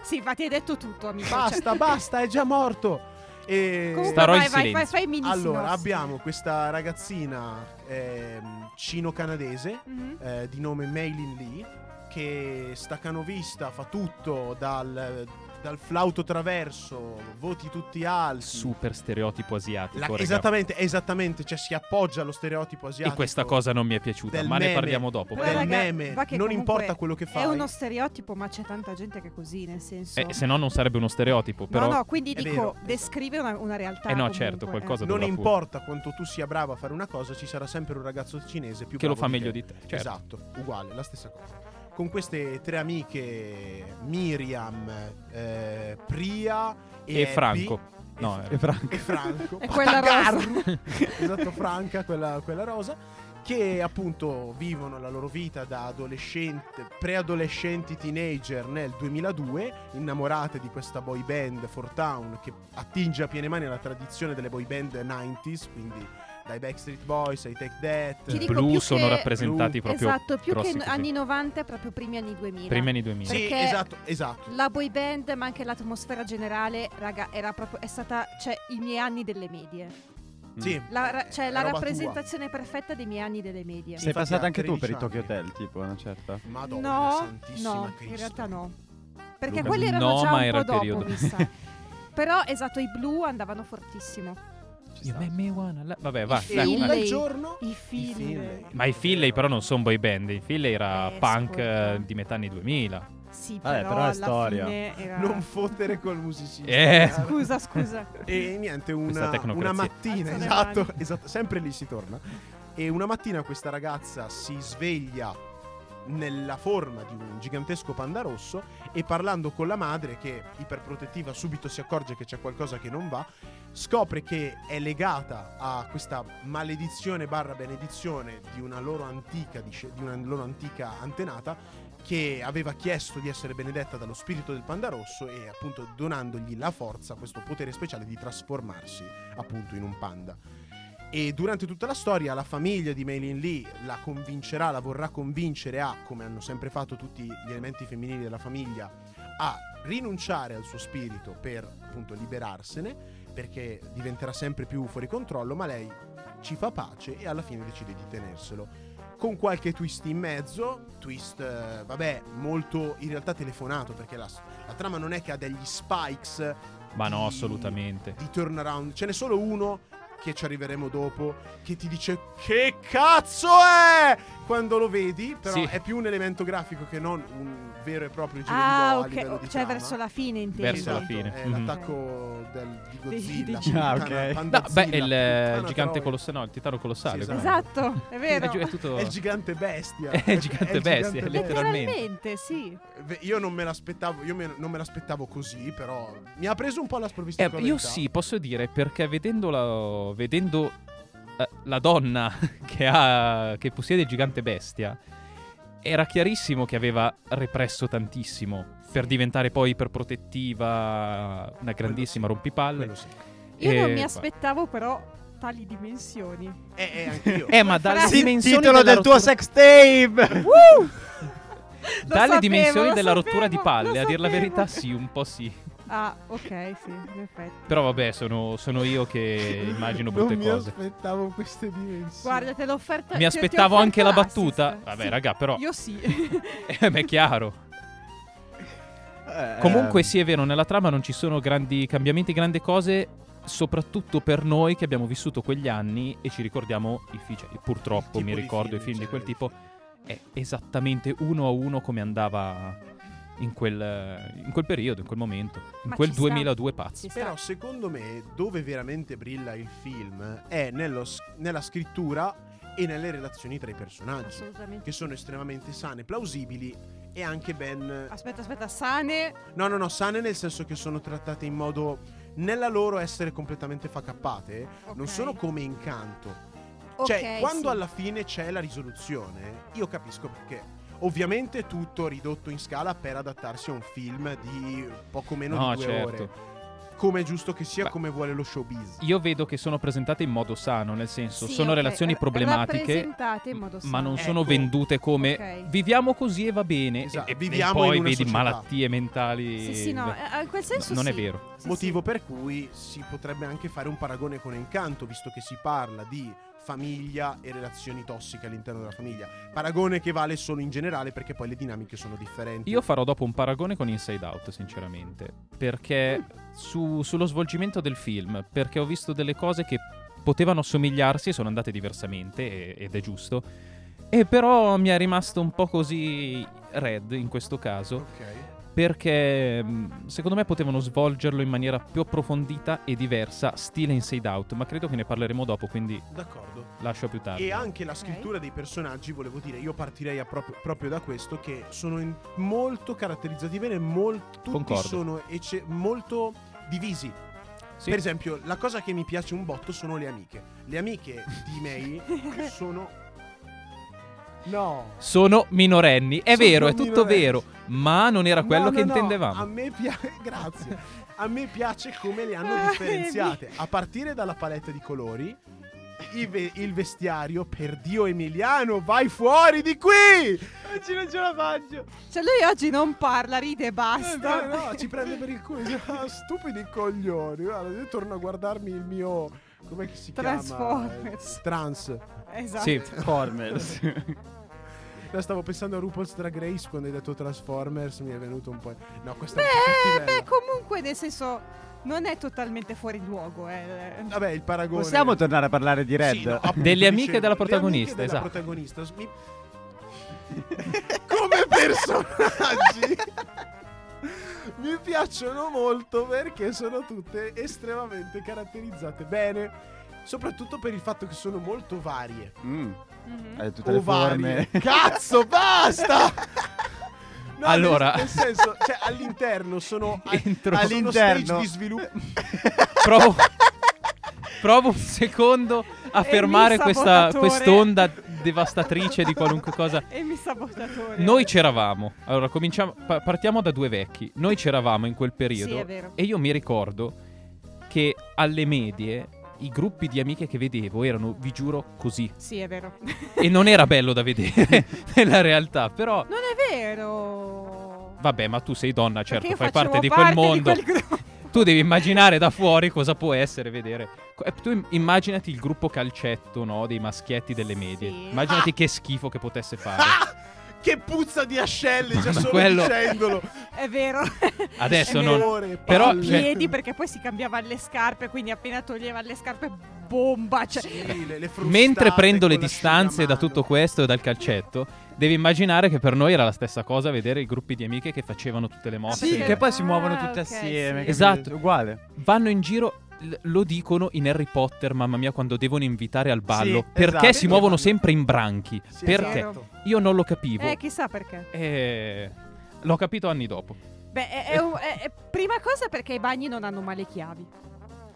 Speaker 2: Sì, infatti hai detto tutto, amico. cioè-
Speaker 3: Basta, basta, è già morto. E...
Speaker 2: Comunque
Speaker 1: Starò in
Speaker 2: vai, vai,
Speaker 1: silenzio.
Speaker 2: fai, fai i mini
Speaker 3: Allora,
Speaker 2: sinossi.
Speaker 3: abbiamo questa ragazzina ehm, cino-canadese
Speaker 2: Mhm.
Speaker 3: eh, di nome Maylin Lee che stacanovista fa tutto dal, dal flauto traverso, voti tutti alti.
Speaker 1: Super stereotipo asiatico.
Speaker 3: La-
Speaker 1: raga.
Speaker 3: esattamente, esattamente, cioè si appoggia allo stereotipo asiatico.
Speaker 1: E questa cosa non mi è piaciuta,
Speaker 3: del
Speaker 1: ma ne
Speaker 3: meme.
Speaker 1: parliamo dopo.
Speaker 2: Però,
Speaker 3: del
Speaker 1: magari.
Speaker 2: raga,
Speaker 3: meme,
Speaker 2: va che
Speaker 3: non
Speaker 2: comunque
Speaker 3: importa quello che
Speaker 2: È
Speaker 3: fai.
Speaker 2: uno stereotipo, ma c'è tanta gente che è così, nel senso.
Speaker 1: Eh, se no non sarebbe uno stereotipo, però...
Speaker 2: No, no, quindi
Speaker 3: È
Speaker 2: dico,
Speaker 3: vero.
Speaker 2: descrive una, una realtà.
Speaker 1: Eh no,
Speaker 2: comunque,
Speaker 1: certo,
Speaker 2: eh.
Speaker 1: qualcosa
Speaker 3: non
Speaker 1: dovrà pure.
Speaker 3: importa quanto tu sia bravo a fare una cosa, ci sarà sempre un ragazzo cinese più
Speaker 1: Che lo
Speaker 3: bravo
Speaker 1: fa meglio
Speaker 3: te.
Speaker 1: di te. Certo.
Speaker 3: Esatto, uguale, la stessa cosa. Con queste tre amiche, Miriam, eh, Priya e,
Speaker 1: E
Speaker 3: Abby.
Speaker 1: Franco. No,
Speaker 3: e,
Speaker 1: eh.
Speaker 4: E Franco.
Speaker 3: e Franco.
Speaker 2: È quella rosa.
Speaker 3: Patagarro. esatto, Franca, quella, quella rosa. Che appunto vivono la loro vita da adolescente, preadolescenti teenager nel 2002, innamorate di questa boy band Fortown che attinge a piene mani alla tradizione delle boy band 90s, quindi dai Backstreet Boys ai Take That.
Speaker 2: Ti
Speaker 1: I
Speaker 2: dico
Speaker 1: blu
Speaker 2: più
Speaker 1: sono
Speaker 2: che-
Speaker 1: rappresentati proprio
Speaker 2: Esatto, più che
Speaker 1: grossi
Speaker 2: n-
Speaker 1: così.
Speaker 2: anni 90, proprio primi anni 2000.
Speaker 1: prima anni 2000.
Speaker 3: Sì,
Speaker 2: perché-
Speaker 3: esatto, esatto.
Speaker 2: La boy band, ma anche l'atmosfera generale, raga, era proprio. È stata. Cioè, i miei anni delle medie.
Speaker 1: Mm.
Speaker 3: Sì,
Speaker 2: La, ra- cioè, la
Speaker 3: roba tua.
Speaker 2: rappresentazione perfetta dei miei anni delle medie.
Speaker 4: Sei
Speaker 3: Infatti
Speaker 4: passata
Speaker 3: ha
Speaker 4: anche tu per i
Speaker 3: 13
Speaker 4: Tokyo
Speaker 3: anni.
Speaker 4: Hotel, tipo, una certa.
Speaker 3: Madonna
Speaker 2: No,
Speaker 3: santissima
Speaker 2: no, in
Speaker 3: Cristo.
Speaker 2: realtà no. Perché
Speaker 1: Luca,
Speaker 2: quelli erano
Speaker 1: no,
Speaker 2: già
Speaker 1: ma
Speaker 2: un
Speaker 1: era
Speaker 2: po'
Speaker 1: il
Speaker 2: dopo,
Speaker 1: periodo.
Speaker 2: mi sa. Però esatto, i blu andavano fortissimo.
Speaker 4: Ci
Speaker 1: You
Speaker 3: esatto.
Speaker 4: sta.
Speaker 1: make me wanna la- Vabbè, va.
Speaker 3: E
Speaker 1: dai,
Speaker 3: un
Speaker 1: dai.
Speaker 3: bel giorno
Speaker 2: I
Speaker 3: i
Speaker 2: Finlay.
Speaker 3: Finlay.
Speaker 1: Ma i Finlay però non sono boy band, i Finlay era
Speaker 2: Eh,
Speaker 1: punk
Speaker 2: ascolta.
Speaker 1: eh, di metà anni 2000.
Speaker 2: Sì,
Speaker 4: Vabbè,
Speaker 2: però,
Speaker 4: però è
Speaker 2: alla
Speaker 4: storia.
Speaker 2: fine era-
Speaker 3: Non fottere col musicista.
Speaker 1: Eh.
Speaker 2: Scusa, scusa.
Speaker 3: E niente,
Speaker 1: Questa
Speaker 3: una,
Speaker 1: tecnocrazia.
Speaker 3: una mattina,
Speaker 2: Alzo le
Speaker 3: esatto,
Speaker 2: mani.
Speaker 3: esatto, sempre lì si torna. E una mattina questa ragazza si sveglia nella forma di un gigantesco panda rosso e parlando con la madre che iperprotettiva subito si accorge che c'è qualcosa che non va, scopre che è legata a questa maledizione barra benedizione di una loro antica, disce- di una loro antica antenata che aveva chiesto di essere benedetta dallo spirito del panda rosso e appunto donandogli la forza, questo potere speciale di trasformarsi appunto in un panda. E durante tutta la storia la famiglia di Maylin Lee la convincerà, la vorrà convincere a, come hanno sempre fatto tutti gli elementi femminili della famiglia, a rinunciare al suo spirito per appunto liberarsene, perché diventerà sempre più fuori controllo, ma lei ci fa pace e alla fine decide di tenerselo. Con qualche twist in mezzo, twist, eh, vabbè, molto in realtà telefonato, perché la, la trama non è che ha degli spikes
Speaker 1: Ma no,
Speaker 3: di-
Speaker 1: assolutamente.
Speaker 3: di turnaround. Ce n'è solo uno che ci arriveremo dopo che ti dice che cazzo è quando lo vedi, però
Speaker 1: Sì.
Speaker 3: è più un elemento grafico che non un vero e proprio giro
Speaker 2: Ah,
Speaker 3: a livello
Speaker 2: ok,
Speaker 3: di
Speaker 2: cioè
Speaker 3: trama.
Speaker 2: verso la fine intendi.
Speaker 1: Verso la
Speaker 3: Esatto,
Speaker 1: fine.
Speaker 3: è
Speaker 1: Mhm.
Speaker 3: l'attacco del, di
Speaker 2: Dei-
Speaker 3: Godzilla.
Speaker 2: dei-
Speaker 3: puttana-
Speaker 4: Ah, ok.
Speaker 1: No,
Speaker 3: Pandazilla,
Speaker 1: beh, è il eh,
Speaker 3: puttana
Speaker 1: gigante
Speaker 3: troia.
Speaker 1: colossale, no, il titano colossale.
Speaker 3: Sì,
Speaker 1: come-
Speaker 2: Esatto, è vero.
Speaker 1: È, gi- è tutto...
Speaker 3: È il gigante bestia.
Speaker 1: È il gigante bestia, letteralmente.
Speaker 2: Letteralmente, sì.
Speaker 3: Ve- Io non me l'aspettavo, io me- non me l'aspettavo così, però mi ha preso un po' la sprovvista.
Speaker 1: Eh,
Speaker 3: con la
Speaker 1: io
Speaker 3: verità.
Speaker 1: sì, posso dire, perché vedendola, vedendo eh, la donna che, ha, che possiede il gigante bestia, era chiarissimo che aveva represso tantissimo per diventare poi iperprotettiva, una grandissima rompipalle.
Speaker 3: Quello sì.
Speaker 2: Io non
Speaker 1: Eh,
Speaker 2: mi
Speaker 1: qua.
Speaker 2: aspettavo però tali dimensioni.
Speaker 3: Eh, eh, anch'io.
Speaker 1: Eh, ma dalle
Speaker 2: Frase-
Speaker 4: Il
Speaker 1: dimensioni
Speaker 4: titolo
Speaker 1: della
Speaker 4: del tuo
Speaker 1: rottura-
Speaker 4: sex tape!
Speaker 2: Woo! Lo
Speaker 1: dalle
Speaker 2: sapevo,
Speaker 1: dimensioni
Speaker 2: lo
Speaker 1: della rottura
Speaker 2: sapevo,
Speaker 1: di palle,
Speaker 2: lo
Speaker 1: a dir la
Speaker 2: sapevo.
Speaker 1: verità sì, un po' sì.
Speaker 2: Ah, ok, sì, in effetti.
Speaker 1: Però vabbè, sono, sono io che immagino brutte
Speaker 3: non
Speaker 1: cose.
Speaker 3: mi aspettavo queste dimensioni.
Speaker 2: Guarda, te l'ho
Speaker 1: Mi
Speaker 2: offerta. ti- ti ho
Speaker 1: aspettavo
Speaker 2: offerto
Speaker 1: anche la
Speaker 2: l'assist.
Speaker 1: battuta. Vabbè,
Speaker 2: Sì,
Speaker 1: raga, però
Speaker 2: Io sì.
Speaker 1: eh, beh, è chiaro.
Speaker 4: Eh,
Speaker 3: Ehm.
Speaker 1: Comunque sì è vero, nella trama non ci sono grandi cambiamenti, grandi cose, soprattutto per noi che abbiamo vissuto quegli anni e ci ricordiamo i film, cioè, purtroppo
Speaker 3: Il tipo
Speaker 1: mi
Speaker 3: di
Speaker 1: ricordo
Speaker 3: film,
Speaker 1: i film di
Speaker 3: cioè,
Speaker 1: quel tipo, è esattamente uno a uno come andava in quel, in quel periodo, in quel momento, in
Speaker 2: Ma
Speaker 1: quel
Speaker 2: ci sta.
Speaker 1: 2002 pazzo.
Speaker 2: Ci sta.
Speaker 3: Però secondo me dove veramente brilla il film è nello s- nella scrittura e nelle relazioni tra i personaggi,
Speaker 2: Assolutamente.
Speaker 3: che sono estremamente sane, plausibili e anche ben...
Speaker 2: Aspetta, aspetta, sane.
Speaker 3: No, no, no, sane nel senso che sono trattate in modo... Nella loro essere completamente facappate, non
Speaker 2: Ok.
Speaker 3: sono come incanto.
Speaker 2: Ok,
Speaker 3: cioè,
Speaker 2: sì.
Speaker 3: quando alla fine c'è la risoluzione, io capisco perché. Ovviamente tutto ridotto in scala per adattarsi a un film di poco meno
Speaker 1: No,
Speaker 3: di due
Speaker 1: certo.
Speaker 3: ore. come è giusto che sia,
Speaker 1: Beh.
Speaker 3: come vuole lo showbiz.
Speaker 1: Io vedo che sono presentate in modo sano, nel senso,
Speaker 2: Sì,
Speaker 1: sono
Speaker 2: ok,
Speaker 1: relazioni
Speaker 2: ra-
Speaker 1: problematiche,
Speaker 2: rappresentate in modo
Speaker 1: ma non
Speaker 2: sano.
Speaker 1: sono
Speaker 3: Ecco.
Speaker 1: vendute come
Speaker 2: Ok.
Speaker 1: viviamo così e va bene.
Speaker 3: Esatto,
Speaker 1: E, e
Speaker 3: viviamo
Speaker 1: poi
Speaker 3: in una
Speaker 1: vedi
Speaker 3: società.
Speaker 1: malattie mentali.
Speaker 2: Sì, sì, no, eh, in quel senso
Speaker 1: non è
Speaker 2: sì.
Speaker 1: vero.
Speaker 2: Sì,
Speaker 3: Motivo per cui si potrebbe anche fare un paragone con Encanto, visto che si parla di famiglia e relazioni tossiche all'interno della famiglia. Paragone che vale solo in generale perché poi le dinamiche sono differenti.
Speaker 1: Io farò dopo un paragone con Inside Out, sinceramente, perché
Speaker 2: Mm.
Speaker 1: su- sullo svolgimento del film, perché ho visto delle cose che potevano somigliarsi e sono andate diversamente, e- ed è giusto. E però mi è rimasto un po' così red in questo caso,
Speaker 3: Ok.
Speaker 1: perché mh, secondo me potevano svolgerlo in maniera più approfondita e diversa, stile Inside Out, ma credo che ne parleremo dopo, quindi
Speaker 3: D'accordo.
Speaker 1: lascio a più tardi.
Speaker 3: E anche la scrittura dei personaggi, volevo dire, io partirei a proprio, proprio da questo, che sono in- molto caratterizzati bene, mol- tutti
Speaker 1: Concordo.
Speaker 3: sono ecce- molto divisi.
Speaker 1: Sì.
Speaker 3: Per esempio, la cosa che mi piace un botto sono le amiche. Le amiche di May sono... No.
Speaker 1: sono minorenni, è
Speaker 3: Sono
Speaker 1: vero, è tutto
Speaker 3: minorenni.
Speaker 1: vero, ma non era quello
Speaker 3: No,
Speaker 1: che
Speaker 3: no, no,
Speaker 1: intendevamo.
Speaker 3: A me piace, grazie. A me piace come le hanno differenziate, a partire dalla palette di colori. i ve- il vestiario, per Dio Emiliano, vai fuori di qui!
Speaker 4: Oggi non ce la faccio.
Speaker 2: Cioè lui oggi non parla, ride e
Speaker 3: No,
Speaker 2: basta.
Speaker 3: Eh, no, ci prende per il culo. Ah, stupidi coglioni. Guarda, io torno a guardarmi il mio. Come si
Speaker 2: Transformers.
Speaker 3: chiama? Trans. Ah,
Speaker 2: Esatto.
Speaker 1: Sì.
Speaker 4: Formers.
Speaker 3: Io stavo pensando a RuPaul's Drag Race quando hai detto Transformers. Mi è venuto un po'. No, questa è
Speaker 2: Beh, ecco.
Speaker 3: un po'
Speaker 2: beh,
Speaker 3: cattivella.
Speaker 2: comunque nel senso non è totalmente fuori luogo, eh.
Speaker 3: Vabbè, il paragone.
Speaker 4: Possiamo tornare a parlare di Red?
Speaker 3: Sì, no, appunto,
Speaker 1: Delle
Speaker 3: dicevo,
Speaker 1: amiche della protagonista,
Speaker 3: le amiche della
Speaker 1: esatto.
Speaker 3: protagonista, mi- Come personaggi mi piacciono molto perché sono tutte estremamente caratterizzate bene, soprattutto per il fatto che sono molto varie.
Speaker 4: Mm,
Speaker 2: Mhm.
Speaker 4: eh, tutte
Speaker 3: O
Speaker 4: le
Speaker 3: varie.
Speaker 4: forme.
Speaker 3: Cazzo, basta! No, nel-
Speaker 1: Allora.
Speaker 3: nel, senso, cioè, all'interno sono a-
Speaker 1: Entro-
Speaker 3: sono stage
Speaker 4: All'interno.
Speaker 3: di sviluppo.
Speaker 1: provo, provo un secondo a
Speaker 2: E
Speaker 1: fermare
Speaker 2: mi
Speaker 1: questa,
Speaker 2: sabotatore.
Speaker 1: quest'onda devastatrice di qualunque cosa.
Speaker 2: E mi sabotatore.
Speaker 1: Noi c'eravamo, allora cominciamo, pa- partiamo da due vecchi, noi c'eravamo in quel periodo
Speaker 2: Sì, è vero.
Speaker 1: e io mi ricordo che alle medie i gruppi di amiche che vedevo erano, vi giuro, così
Speaker 2: Sì, è vero.
Speaker 1: e non era bello da vedere nella realtà, però
Speaker 2: Non è vero.
Speaker 1: vabbè, ma tu sei donna, certo,
Speaker 2: Perché
Speaker 1: fai
Speaker 2: io facevo
Speaker 1: parte di quel mondo.
Speaker 2: quel gruppo.
Speaker 1: tu devi immaginare da fuori cosa può essere vedere. Co- eh, Tu im- immaginati il gruppo calcetto, no? Dei maschietti delle medie.
Speaker 2: Sì. Ah.
Speaker 1: Immaginati che schifo che potesse fare.
Speaker 3: Ah, che puzza di ascelle, già
Speaker 1: Ma
Speaker 3: solo
Speaker 1: quello-
Speaker 3: dicendolo.
Speaker 2: È vero.
Speaker 1: Adesso
Speaker 2: È
Speaker 1: non-
Speaker 2: vero.
Speaker 3: Dolore,
Speaker 1: però-
Speaker 2: I
Speaker 3: palle.
Speaker 1: cioè-
Speaker 2: piedi perché poi si cambiava le scarpe, quindi appena toglieva le scarpe bomba, cioè
Speaker 3: Sì, le- le frustate
Speaker 1: Mentre prendo le
Speaker 3: con
Speaker 1: distanze da
Speaker 3: l'asciugamano.
Speaker 1: tutto questo e dal calcetto, devi immaginare che per noi era la stessa cosa vedere i gruppi di amiche che facevano tutte le mosse.
Speaker 4: Sì,
Speaker 2: Sì.
Speaker 4: che poi si muovono
Speaker 2: Ah,
Speaker 4: tutte
Speaker 2: ok, sì.
Speaker 4: assieme. capito?
Speaker 1: Esatto.
Speaker 4: Uguale.
Speaker 1: Vanno in giro. l- Lo dicono in Harry Potter, mamma mia, quando devono invitare al ballo.
Speaker 4: Sì,
Speaker 1: perché
Speaker 4: esatto.
Speaker 1: si muovono sempre in branchi?
Speaker 3: Sì,
Speaker 1: perché?
Speaker 2: esatto.
Speaker 1: Io non lo capivo.
Speaker 2: eh chissà perché.
Speaker 1: E... L'ho capito anni dopo.
Speaker 2: Beh, è, è un- è- è- prima cosa perché i bagni non hanno mai le chiavi.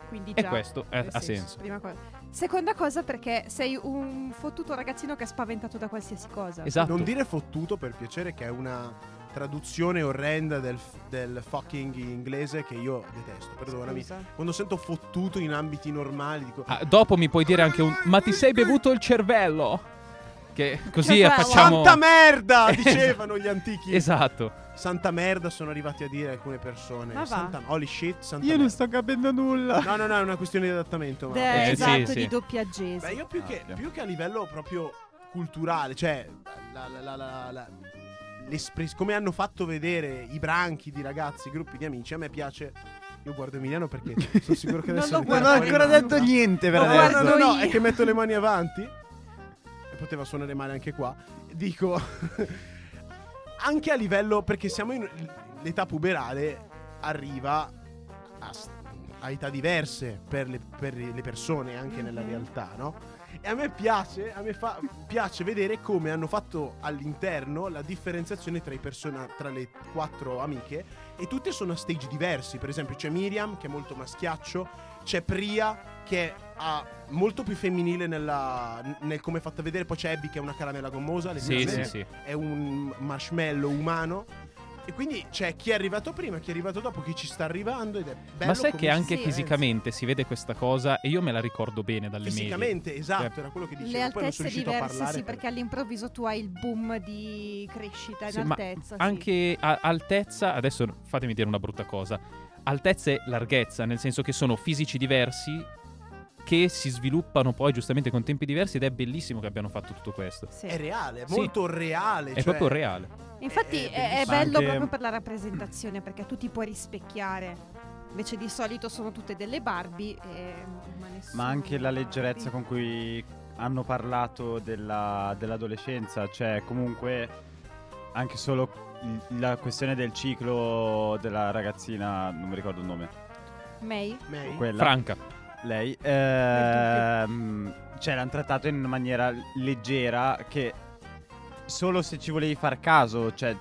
Speaker 2: Quindi
Speaker 1: E
Speaker 2: già
Speaker 1: questo eh,
Speaker 2: nel
Speaker 1: ha
Speaker 2: senso,
Speaker 1: senso.
Speaker 2: prima cosa. Seconda cosa perché sei un fottuto ragazzino che è spaventato da qualsiasi cosa.
Speaker 1: Esatto.
Speaker 3: Non dire fottuto per piacere, che è una traduzione orrenda del, del fucking inglese che io detesto. Perdonami.
Speaker 2: Scusa.
Speaker 3: Quando sento fottuto in ambiti normali, dico.
Speaker 1: Ah, dopo mi puoi dire anche un Ma ti sei bevuto il cervello? Che così
Speaker 2: Cervello.
Speaker 1: facciamo
Speaker 3: Santa merda! Dicevano gli antichi.
Speaker 1: Esatto.
Speaker 3: Santa merda sono arrivati a dire alcune persone.
Speaker 2: Ma va.
Speaker 3: Santa, holy shit, Santa
Speaker 4: Io
Speaker 3: merda.
Speaker 4: non sto capendo nulla.
Speaker 3: No, no, no, è una questione di adattamento. Ma...
Speaker 2: De-
Speaker 1: Eh, sì,
Speaker 2: esatto,
Speaker 1: sì.
Speaker 2: di doppiaggese.
Speaker 3: Beh, io più, che,
Speaker 4: Ah, ok.
Speaker 3: più che a livello proprio culturale, cioè la- la- la- la- la- l'espres- come hanno fatto vedere i branchi di ragazzi, i gruppi di amici, a me piace. Io guardo Emiliano perché sono sicuro che
Speaker 2: Non
Speaker 3: adesso.
Speaker 2: lo
Speaker 3: ne
Speaker 4: Non
Speaker 2: guardo
Speaker 4: ho
Speaker 3: fuori
Speaker 4: ancora
Speaker 3: una-
Speaker 4: detto niente per
Speaker 2: Lo
Speaker 3: No,
Speaker 4: adesso.
Speaker 3: no, no, no,
Speaker 2: io.
Speaker 3: è che metto le mani avanti. E poteva suonare male anche qua. Dico. anche a livello. Perché siamo in. L'età puberale arriva a, s- a età diverse per le, per le persone, anche nella
Speaker 2: Mhm.
Speaker 3: realtà, no? E a me piace, a me fa, piace vedere come hanno fatto all'interno la differenziazione tra, i persona- tra le quattro amiche e tutte sono a stage diversi. Per esempio c'è Miriam che è molto maschiaccio, c'è Priya che è ah, molto più femminile nella- nel come è fatta vedere, poi c'è Abby che è una caramella gommosa,
Speaker 1: Sì, sì,
Speaker 3: letteralmente
Speaker 1: sì.
Speaker 3: è un marshmallow umano. E quindi c'è chi è arrivato prima, chi è arrivato dopo, chi ci sta arrivando ed è bello
Speaker 1: Ma sai
Speaker 3: come
Speaker 1: che
Speaker 3: si-
Speaker 1: anche
Speaker 2: sì,
Speaker 1: fisicamente si vede questa cosa e io me la ricordo bene dalle mail.
Speaker 3: Fisicamente,
Speaker 1: Cioè,
Speaker 3: esatto, era quello che
Speaker 2: Le
Speaker 3: dicevo. Poi non sono
Speaker 2: altezze
Speaker 3: riuscito a
Speaker 2: diverse,
Speaker 3: parlare
Speaker 2: sì, perché all'improvviso tu hai il boom di crescita in
Speaker 1: Sì, ma
Speaker 2: altezza. Ah, sì.
Speaker 1: Anche a- altezza, adesso no, fatemi dire una brutta cosa. Altezza e larghezza, nel senso che sono fisici diversi che si sviluppano poi giustamente con tempi diversi ed è bellissimo che abbiano fatto tutto questo.
Speaker 2: Sì.
Speaker 3: È reale, è
Speaker 1: Sì.
Speaker 3: molto reale.
Speaker 1: È
Speaker 3: cioè-
Speaker 1: proprio reale.
Speaker 2: Infatti
Speaker 3: È
Speaker 2: è, è
Speaker 3: bellissimo.
Speaker 2: bello
Speaker 4: Eh, Anche-
Speaker 2: proprio per la rappresentazione perché tu ti puoi rispecchiare. Invece di solito sono tutte delle Barbie. e- ma, nessuno
Speaker 4: Ma anche la
Speaker 2: è una
Speaker 4: leggerezza
Speaker 2: Barbie.
Speaker 4: con cui hanno parlato della- dell'adolescenza, cioè comunque anche solo il- la questione del ciclo della ragazzina, non mi ricordo il nome,
Speaker 2: May?
Speaker 3: May?
Speaker 4: quella,
Speaker 1: Franca.
Speaker 4: lei,
Speaker 2: Del
Speaker 4: ehm, cioè l'hanno trattato in una maniera leggera che solo se ci volevi far caso, cioè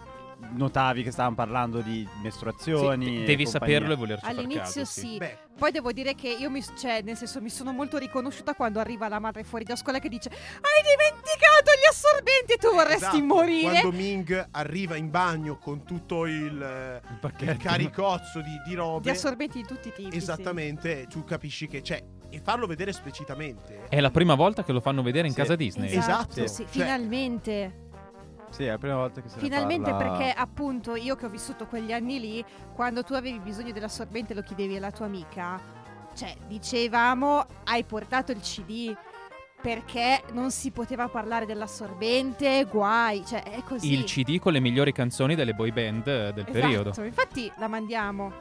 Speaker 4: notavi che stavano parlando di mestruazioni.
Speaker 1: Sì,
Speaker 4: e
Speaker 1: devi
Speaker 4: compagnia.
Speaker 1: saperlo e volerci far
Speaker 2: All'inizio
Speaker 1: caso.
Speaker 2: sì.
Speaker 3: Beh,
Speaker 2: Poi devo dire che io mi, cioè, nel senso, mi sono molto riconosciuta quando arriva la madre fuori da scuola che dice: Hai dimenticato gli assorbenti, tu vorresti
Speaker 3: esatto,
Speaker 2: morire.
Speaker 3: Quando Ming arriva in bagno con tutto il, eh,
Speaker 1: Il
Speaker 3: il
Speaker 1: pacchetto.
Speaker 3: caricozzo di, di
Speaker 2: Di
Speaker 3: robe.
Speaker 2: assorbenti di tutti i tipi. sì.
Speaker 3: esattamente, tu capisci che c'è. E farlo vedere esplicitamente.
Speaker 1: È la prima volta che lo fanno vedere in
Speaker 4: Sì.
Speaker 1: casa Disney.
Speaker 3: Esatto.
Speaker 2: sì,
Speaker 3: Cioè-
Speaker 2: finalmente.
Speaker 4: Sì, è la prima volta che se ne
Speaker 2: Finalmente
Speaker 4: parla.
Speaker 2: perché appunto io che ho vissuto quegli anni lì, quando tu avevi bisogno dell'assorbente lo chiedevi alla tua amica, cioè dicevamo hai portato il CD perché non si poteva parlare dell'assorbente, guai, cioè è così.
Speaker 1: Il CD con le migliori canzoni delle boy band eh, del
Speaker 2: Esatto,
Speaker 1: periodo.
Speaker 2: Infatti la mandiamo.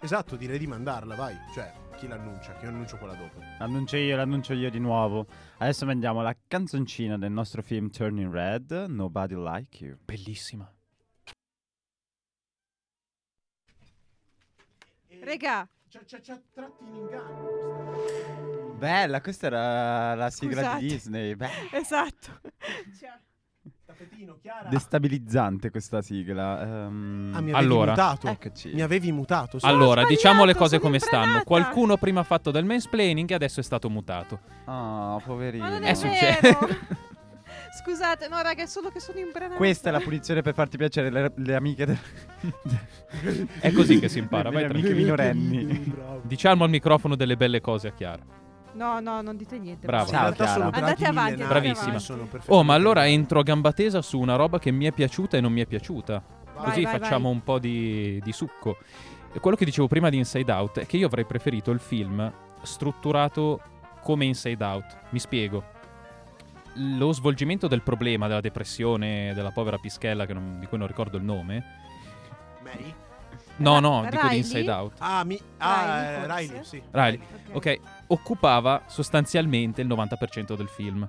Speaker 3: Esatto, direi di mandarla, vai. Cioè, chi l'annuncia? Che io annuncio quella dopo.
Speaker 4: L'annuncio io, l'annuncio io di nuovo. Adesso mandiamo la canzoncina del nostro film Turning Red, Nobody Like You.
Speaker 1: Bellissima.
Speaker 2: Eh, Regà,
Speaker 3: C'è, c'è, c'è tratti in inganno.
Speaker 4: Bella, questa era la sigla
Speaker 2: Scusate.
Speaker 4: di Disney. beh.
Speaker 2: esatto.
Speaker 3: Tappetino, Chiara.
Speaker 4: Destabilizzante questa sigla. ehm,
Speaker 3: Ah, mi avevi
Speaker 1: Allora.
Speaker 3: mutato.
Speaker 2: eh, Ecco.
Speaker 4: eccoci.
Speaker 3: Mi avevi mutato. sì.
Speaker 1: Allora,
Speaker 2: Cioè, sbagliato,
Speaker 1: diciamo le cose
Speaker 2: sono
Speaker 1: come stanno.
Speaker 2: imbranata.
Speaker 1: Qualcuno prima ha fatto del mansplaining e adesso è stato mutato.
Speaker 4: Ah, poverino.
Speaker 2: Ma non
Speaker 1: È
Speaker 2: è
Speaker 1: successo.
Speaker 2: vero. Scusate, no raga, è solo che sono imbranata.
Speaker 4: Questa è la punizione per farti piacere le, le amiche. del-
Speaker 1: È così che si impara, vai
Speaker 4: Le amiche
Speaker 1: tranquillo.
Speaker 4: minorenni.
Speaker 3: Bravo.
Speaker 1: Diciamo al microfono delle belle cose a Chiara.
Speaker 2: No, no, non dite niente.
Speaker 1: Brava.
Speaker 3: In
Speaker 4: Ciao,
Speaker 3: realtà sono
Speaker 4: Chiara.
Speaker 2: Andate
Speaker 3: draghi
Speaker 2: avanti,
Speaker 1: andate
Speaker 3: millenari,
Speaker 1: Ah, Bravissima. avanti.
Speaker 3: sono perfetti.
Speaker 1: Oh, ma allora entro a gamba tesa su una roba che mi è piaciuta e non mi è piaciuta.
Speaker 3: Vai,
Speaker 1: Così
Speaker 2: vai,
Speaker 1: facciamo
Speaker 2: vai.
Speaker 1: un po' di, di succo. E Quello che dicevo prima di Inside Out è che io avrei preferito il film strutturato come Inside Out. Mi spiego. Lo svolgimento del problema della depressione della povera Pischella, che non- di cui non ricordo il nome.
Speaker 3: Mary?
Speaker 1: No,
Speaker 2: Ra-
Speaker 1: no, dico di
Speaker 2: Eh, Riley?
Speaker 1: Inside Out.
Speaker 3: Ah, mi... ah
Speaker 2: Riley,
Speaker 3: eh,
Speaker 2: forse?
Speaker 3: Riley, sì.
Speaker 1: Riley. ok, occupava sostanzialmente il 90% del film.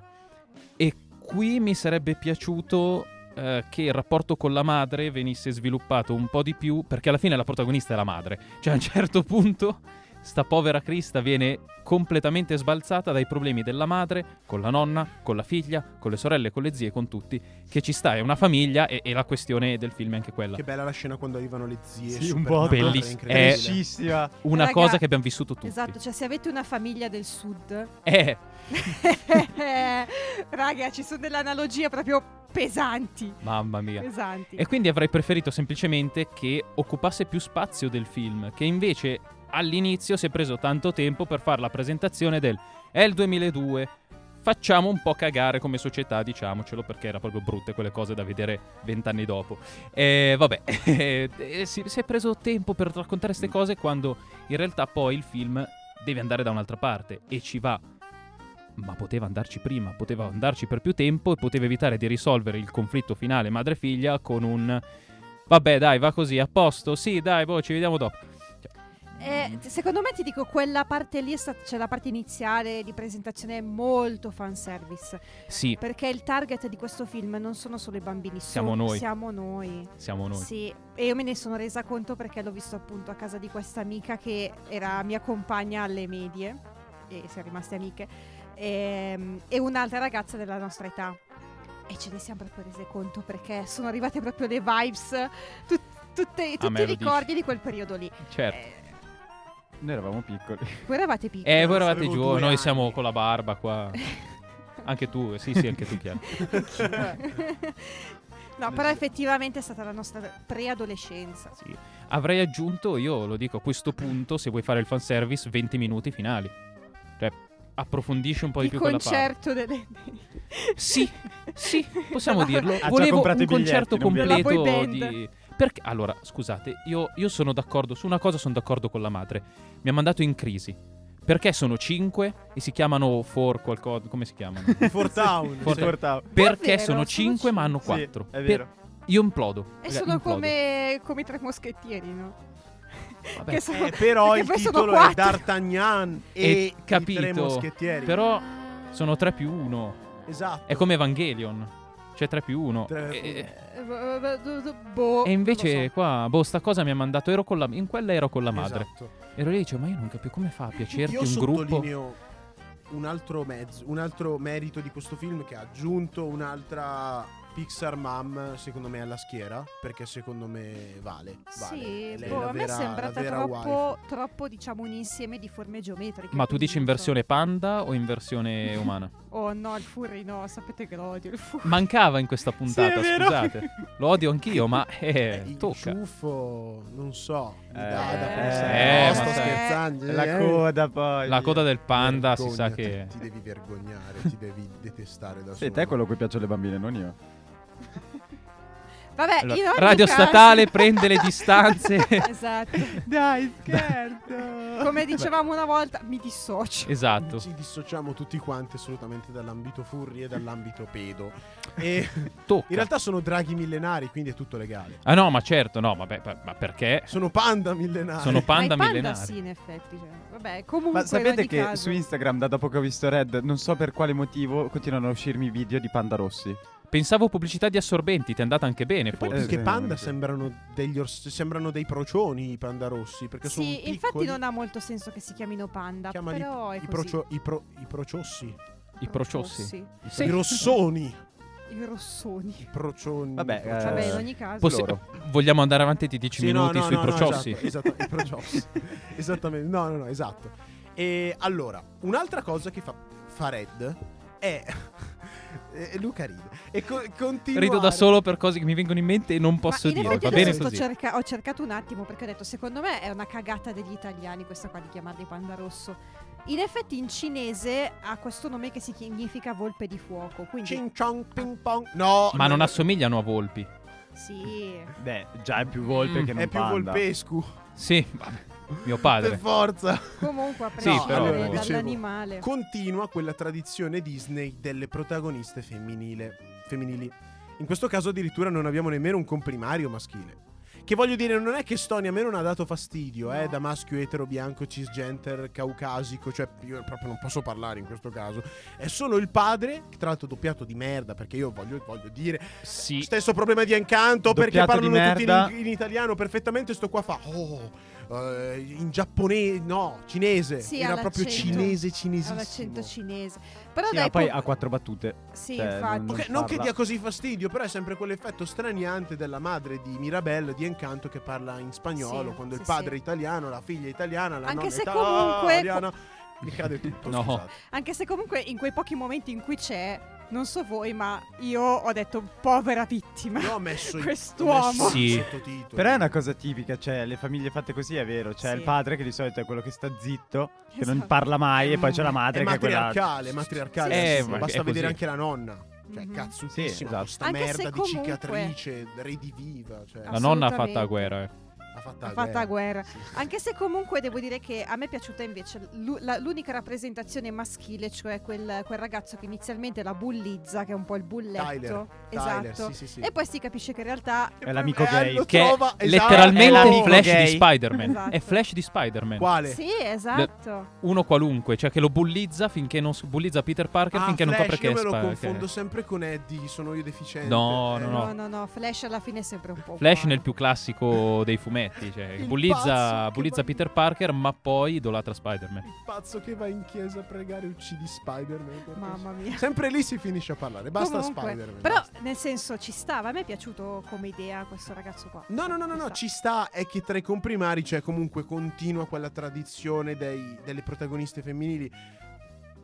Speaker 1: E qui mi sarebbe piaciuto eh, che il rapporto con la madre venisse sviluppato un po' di più, perché alla fine la protagonista è la madre. Cioè a un certo punto sta povera Crista viene completamente sbalzata dai problemi della madre, con la nonna, con la figlia, con le sorelle, con le zie, con tutti, che ci sta, è una famiglia e, e la questione del film è anche quella.
Speaker 3: Che bella la scena quando arrivano le zie.
Speaker 4: Sì, un
Speaker 3: super
Speaker 4: po'
Speaker 3: nate,
Speaker 1: Belliss-
Speaker 3: incredibile.
Speaker 1: Eh,
Speaker 4: Felicissima.
Speaker 1: Una
Speaker 2: Raga,
Speaker 1: cosa che abbiamo vissuto tutti.
Speaker 2: Esatto, cioè se avete una famiglia del sud,
Speaker 1: Eh,
Speaker 2: raga, ci sono delle analogie proprio pesanti.
Speaker 1: mamma mia.
Speaker 2: Pesanti.
Speaker 1: E quindi avrei preferito semplicemente che occupasse più spazio del film, che invece all'inizio si è preso tanto tempo per fare la presentazione del è il 2002, facciamo un po' cagare come società, diciamocelo, perché era proprio brutte quelle cose da vedere vent'anni dopo. E vabbè, e si, si è preso tempo per raccontare queste cose quando in realtà poi il film deve andare da un'altra parte e ci va. Ma poteva andarci prima, poteva andarci per più tempo e poteva evitare di risolvere il conflitto finale madre-figlia con un... Vabbè dai, va così, a posto, sì dai, boh, ci vediamo dopo.
Speaker 2: Eh, t- secondo me ti dico, quella parte lì, è sta- cioè la parte iniziale di presentazione è molto fanservice.
Speaker 1: Sì,
Speaker 2: Perché il target di questo film non sono solo i bambini,
Speaker 1: Siamo
Speaker 2: sono-
Speaker 1: noi.
Speaker 2: Siamo noi.
Speaker 1: siamo noi.
Speaker 2: Sì, e io me ne sono resa conto perché l'ho visto appunto a casa di questa amica che era mia compagna alle medie e siamo rimaste amiche ehm, e, un'altra ragazza della nostra età e ce ne siamo proprio rese conto perché sono arrivate proprio le vibes, tut- tutte- tutti
Speaker 1: Ah, me
Speaker 2: i
Speaker 1: lo dici.
Speaker 2: ricordi di quel periodo lì.
Speaker 1: Certo.
Speaker 2: Eh,
Speaker 4: Noi eravamo piccoli.
Speaker 2: voi eravate piccoli.
Speaker 1: Eh,
Speaker 3: Io
Speaker 1: voi eravate
Speaker 3: avevo
Speaker 1: giù,
Speaker 3: due
Speaker 1: noi
Speaker 3: anni.
Speaker 1: siamo con la barba qua. Anche Eh, tu, sì, sì, anche tu, Chiara.
Speaker 2: Anch'io. No, però effettivamente è stata la nostra preadolescenza.
Speaker 1: Sì. Avrei aggiunto, io lo dico a questo punto, se vuoi fare il fanservice, 20 minuti finali. Cioè, approfondisci un po' di
Speaker 2: il
Speaker 1: più quella
Speaker 2: concerto delle...
Speaker 1: parte. Sì, sì, possiamo dirlo.
Speaker 4: Ah, già
Speaker 1: Volevo
Speaker 4: comprato
Speaker 1: un
Speaker 4: i biglietti,
Speaker 1: concerto
Speaker 4: non vi-
Speaker 2: La boy
Speaker 1: completo
Speaker 2: band.
Speaker 1: di... Perché? Allora, scusate, io, io sono d'accordo, su una cosa sono d'accordo con la madre. Mi ha mandato in crisi. Perché sono 5 e si chiamano 4 qualcosa, come si chiamano?
Speaker 3: For Town.
Speaker 1: For-
Speaker 4: Sì. Portavo.
Speaker 1: Perché
Speaker 2: Davvero?
Speaker 1: sono
Speaker 2: Sono
Speaker 1: 5 ma hanno
Speaker 4: Sì,
Speaker 1: 4.
Speaker 4: è vero.
Speaker 1: Io implodo.
Speaker 2: E
Speaker 1: Raga,
Speaker 2: Eh, sono
Speaker 1: implodo.
Speaker 2: come, come i tre moschettieri, no?
Speaker 1: Vabbè.
Speaker 2: Che sono-
Speaker 3: Eh, però
Speaker 2: perché
Speaker 3: il
Speaker 2: poi sono
Speaker 3: titolo è
Speaker 2: quattro.
Speaker 3: D'Artagnan e,
Speaker 1: Eh, capito,
Speaker 3: i tre moschettieri.
Speaker 1: Però sono 3 più 1.
Speaker 3: Esatto.
Speaker 1: È come Evangelion. C'è 3 più 1.
Speaker 3: Tre-
Speaker 1: E,
Speaker 2: Eh, b- b- d- boh,
Speaker 1: e invece
Speaker 2: non lo
Speaker 1: qua, boh, sta cosa mi ha mandato. Ero con la, in quella ero con la madre.
Speaker 3: Esatto.
Speaker 1: Ero lì e dicevo, ma io non capisco come fa a piacerti
Speaker 3: Io
Speaker 1: un gruppo.
Speaker 3: sottolineo un altro mezzo, un altro merito di questo film che ha aggiunto un'altra Pixar Mom, secondo me, alla schiera, perché secondo me vale.
Speaker 2: so.
Speaker 3: vale.
Speaker 2: Sì,
Speaker 3: Lei è
Speaker 2: boh,
Speaker 3: la
Speaker 2: a me è
Speaker 3: vera- la
Speaker 2: sembrata
Speaker 3: vera
Speaker 2: troppo, troppo, diciamo, un insieme di forme geometriche.
Speaker 1: Ma tu dici in
Speaker 2: quindi,
Speaker 1: versione panda o in versione umana?
Speaker 2: insomma. Oh no, il furry no, sapete che lo odio il furry.
Speaker 1: Mancava in questa puntata,
Speaker 2: è vero.
Speaker 1: scusate. Lo odio anch'io, ma
Speaker 3: Eh,
Speaker 1: eh,
Speaker 3: il
Speaker 1: tocca.
Speaker 3: ciuffo, non so, mi dà
Speaker 4: Eh,
Speaker 3: da
Speaker 2: eh,
Speaker 3: pensare.
Speaker 1: eh,
Speaker 3: No, sto
Speaker 1: ma-
Speaker 3: scherzando.
Speaker 4: La
Speaker 3: eh.
Speaker 4: coda poi.
Speaker 1: La coda del panda si sa
Speaker 3: Vergognati,
Speaker 1: che...
Speaker 3: Ti devi vergognare, ti devi detestare da
Speaker 4: Sì,
Speaker 3: solo.
Speaker 4: te è quello a cui piacciono le bambine, non io.
Speaker 2: Vabbè,
Speaker 1: Allora,
Speaker 2: in ogni
Speaker 1: Radio
Speaker 2: caso-
Speaker 1: statale prende le distanze.
Speaker 2: esatto.
Speaker 4: Dai, scherzo.
Speaker 2: Come dicevamo una volta, mi dissocio.
Speaker 1: Esatto.
Speaker 3: Ci dissociamo tutti quanti assolutamente dall'ambito furri e dall'ambito pedo. E
Speaker 1: Tocca.
Speaker 3: in realtà sono draghi millenari, quindi è tutto legale.
Speaker 1: Ah no, ma certo, no, vabbè, pa- ma perché?
Speaker 3: Sono panda millenari.
Speaker 1: Sono panda,
Speaker 2: Ma i panda
Speaker 1: millenari.
Speaker 2: sì, in effetti. cioè, Vabbè, comunque
Speaker 4: Ma sapete
Speaker 2: in ogni
Speaker 4: che
Speaker 2: caso-
Speaker 4: su Instagram, da dopo che ho visto Red, non so per quale motivo, continuano a uscirmi video di panda rossi.
Speaker 1: Pensavo pubblicità di assorbenti, ti è andata anche bene,
Speaker 3: Poi
Speaker 1: forse.
Speaker 3: più
Speaker 4: Eh,
Speaker 3: che
Speaker 4: sì,
Speaker 3: panda
Speaker 4: veramente.
Speaker 3: sembrano, degli ors- sembrano dei procioni i panda rossi, perché sono
Speaker 2: Sì, infatti non ha molto senso che si chiamino panda,
Speaker 3: Chiamali
Speaker 2: però è
Speaker 3: i,
Speaker 2: così.
Speaker 3: procio- i, pro- i prociossi,
Speaker 1: I prociossi. Sì.
Speaker 3: eh, i rossoni,
Speaker 2: I rossoni.
Speaker 3: i procioni.
Speaker 4: Vabbè,
Speaker 3: i
Speaker 4: eh,
Speaker 3: prociossi.
Speaker 2: Vabbè,
Speaker 4: sì.
Speaker 2: in ogni caso.
Speaker 1: Possi-
Speaker 4: loro.
Speaker 1: Vogliamo andare avanti di 10
Speaker 3: Sì, no,
Speaker 1: minuti
Speaker 3: no,
Speaker 1: sui
Speaker 3: no, no,
Speaker 1: prociossi?
Speaker 3: esatto, esatto, i prociossi. Esattamente, no, no, no, esatto. E allora, un'altra cosa che fa, fa Red è... e Luca ride. E co- continuare-
Speaker 1: Rido da solo per cose che mi vengono in mente e non posso
Speaker 2: Ma in
Speaker 1: dire.
Speaker 2: effetti
Speaker 1: Va
Speaker 2: adesso
Speaker 1: bene
Speaker 2: sto
Speaker 1: così.
Speaker 3: certo-
Speaker 2: cerca- ho cercato un attimo perché ho detto, secondo me è una cagata degli italiani questa qua di chiamarli panda rosso. In effetti in cinese ha questo nome che si significa volpe di fuoco, quindi
Speaker 3: Cing chong ping pong. No.
Speaker 1: Ma non
Speaker 3: no,
Speaker 1: assomigliano a volpi.
Speaker 2: sì.
Speaker 4: Beh, già è più volpe
Speaker 1: Mm.
Speaker 4: che non
Speaker 3: È più
Speaker 4: panda.
Speaker 3: volpescu.
Speaker 1: Sì, vabbè, mio
Speaker 3: Per
Speaker 1: padre.
Speaker 3: forza.
Speaker 2: Comunque a
Speaker 1: Sì,
Speaker 2: prescindere
Speaker 1: però-
Speaker 2: dal-
Speaker 1: dicevo-
Speaker 2: dall'animale.
Speaker 3: Continua quella tradizione Disney delle protagoniste femminile, femminili. In questo caso addirittura non abbiamo nemmeno un comprimario maschile. Che voglio dire, non è che Stony a me non ha dato fastidio, eh,
Speaker 2: No.
Speaker 3: da maschio etero, bianco, cisgender, caucasico, cioè io proprio non posso parlare in questo caso. È solo il padre, che tra l'altro è doppiato di merda, perché io voglio, voglio dire,
Speaker 1: Sì.
Speaker 3: stesso problema di Encanto, perché
Speaker 4: Doppiato di
Speaker 3: parlano tutti in,
Speaker 4: merda.
Speaker 3: in italiano perfettamente, sto qua fa, oh, eh, in giapponese, no, cinese,
Speaker 2: Sì,
Speaker 3: era
Speaker 2: all'accento.
Speaker 3: proprio cinese,
Speaker 2: Ha
Speaker 3: cinesissimo.
Speaker 2: l'accento cinese. Però
Speaker 4: Sì,
Speaker 2: dai,
Speaker 4: ma poi
Speaker 2: po-
Speaker 4: ha quattro battute.
Speaker 2: Sì,
Speaker 4: cioè,
Speaker 2: infatti.
Speaker 4: non-
Speaker 3: Ok, non che
Speaker 4: parla.
Speaker 3: dia così fastidio, però è sempre quell'effetto straniante della madre di Mirabelle di Encanto che parla in spagnolo,
Speaker 2: Sì,
Speaker 3: quando
Speaker 2: sì,
Speaker 3: il padre è
Speaker 2: sì.
Speaker 3: italiano, la figlia è italiana, la
Speaker 2: Anche
Speaker 3: nonna
Speaker 2: se
Speaker 3: è
Speaker 2: comunque-
Speaker 3: italiana. Mi cade tutto,
Speaker 1: No.
Speaker 3: scusate.
Speaker 2: Anche se comunque in quei pochi momenti in cui c'è, non so voi, ma io ho detto povera vittima.
Speaker 3: Io ho messo i- ho
Speaker 2: Quest'uomo.
Speaker 3: messo i
Speaker 1: Sì.
Speaker 3: sottotitoli.
Speaker 4: Però è una cosa tipica, cioè le famiglie fatte così è vero, c'è
Speaker 2: Sì.
Speaker 4: il padre che di solito è quello che sta zitto, che non
Speaker 2: Esatto.
Speaker 4: parla mai e poi c'è la
Speaker 3: È
Speaker 4: madre che è quella
Speaker 3: matriarcale, matriarcale.
Speaker 2: Sì, sì,
Speaker 3: anzi,
Speaker 2: sì.
Speaker 1: Eh, ma
Speaker 3: Basta
Speaker 1: è
Speaker 3: vedere
Speaker 1: così.
Speaker 3: anche la nonna. Cioè,
Speaker 2: Mhm.
Speaker 3: cazzutissima,
Speaker 4: Sì,
Speaker 3: con
Speaker 4: esatto.
Speaker 3: sta
Speaker 2: Anche se
Speaker 3: merda di
Speaker 2: comunque-
Speaker 3: cicatrice rediviva. Cioè,
Speaker 1: La nonna ha
Speaker 2: assolutamente.
Speaker 1: fatto la guerra. eh.
Speaker 3: ha fatto
Speaker 2: Ha
Speaker 3: la
Speaker 2: fatto la guerra.
Speaker 3: Sì, sì.
Speaker 2: Anche se comunque devo dire che a me è piaciuta invece l'u- la- l'unica rappresentazione maschile, cioè quel, quel ragazzo che inizialmente la bullizza, che è un po' il bulletto.
Speaker 3: Tyler,
Speaker 2: esatto.
Speaker 3: Tyler, sì, sì, sì.
Speaker 2: E poi si capisce che in realtà
Speaker 4: È l'amico
Speaker 3: Eh,
Speaker 4: gay.
Speaker 3: lo
Speaker 1: Che
Speaker 3: trova-
Speaker 1: è
Speaker 3: esatto.
Speaker 4: È
Speaker 1: letteralmente
Speaker 4: l'amico
Speaker 1: Flash
Speaker 4: gay.
Speaker 1: di Spider-Man. È
Speaker 2: Esatto.
Speaker 1: Flash di Spider-Man.
Speaker 3: Quale?
Speaker 2: Sì, esatto.
Speaker 1: Uno qualunque, cioè che lo bullizza finché non s- bullizza Peter Parker
Speaker 3: Ah,
Speaker 1: finché non
Speaker 3: Flash,
Speaker 1: copre che
Speaker 3: io
Speaker 1: è
Speaker 3: me lo
Speaker 1: Spa-
Speaker 3: confondo
Speaker 1: che-
Speaker 3: sempre con Eddie, sono io deficiente.
Speaker 1: No,
Speaker 3: Eh,
Speaker 1: no,
Speaker 2: No, no, no, Flash alla fine è sempre un po'.
Speaker 1: Flash
Speaker 2: umano.
Speaker 1: nel più classico dei fumetti, cioè
Speaker 3: Il pazzo
Speaker 1: bullizza,
Speaker 3: che
Speaker 1: bullizza
Speaker 3: va-
Speaker 1: Peter Parker ma poi idolatra Spider-Man.
Speaker 3: Il pazzo che va in chiesa a pregare e uccidi Spider-Man. per
Speaker 2: Mamma mia.
Speaker 3: così. Sempre lì si finisce a parlare, basta
Speaker 2: Comunque,
Speaker 3: Spider-Man.
Speaker 2: Però,
Speaker 3: basta.
Speaker 2: nel senso, ci stava. A me è piaciuto come idea questo ragazzo qua.
Speaker 3: No, no, no, no, no,
Speaker 2: sta.
Speaker 3: ci sta, è che tra i comprimari c'è comunque continua quella tradizione dei- delle protagoniste femminili.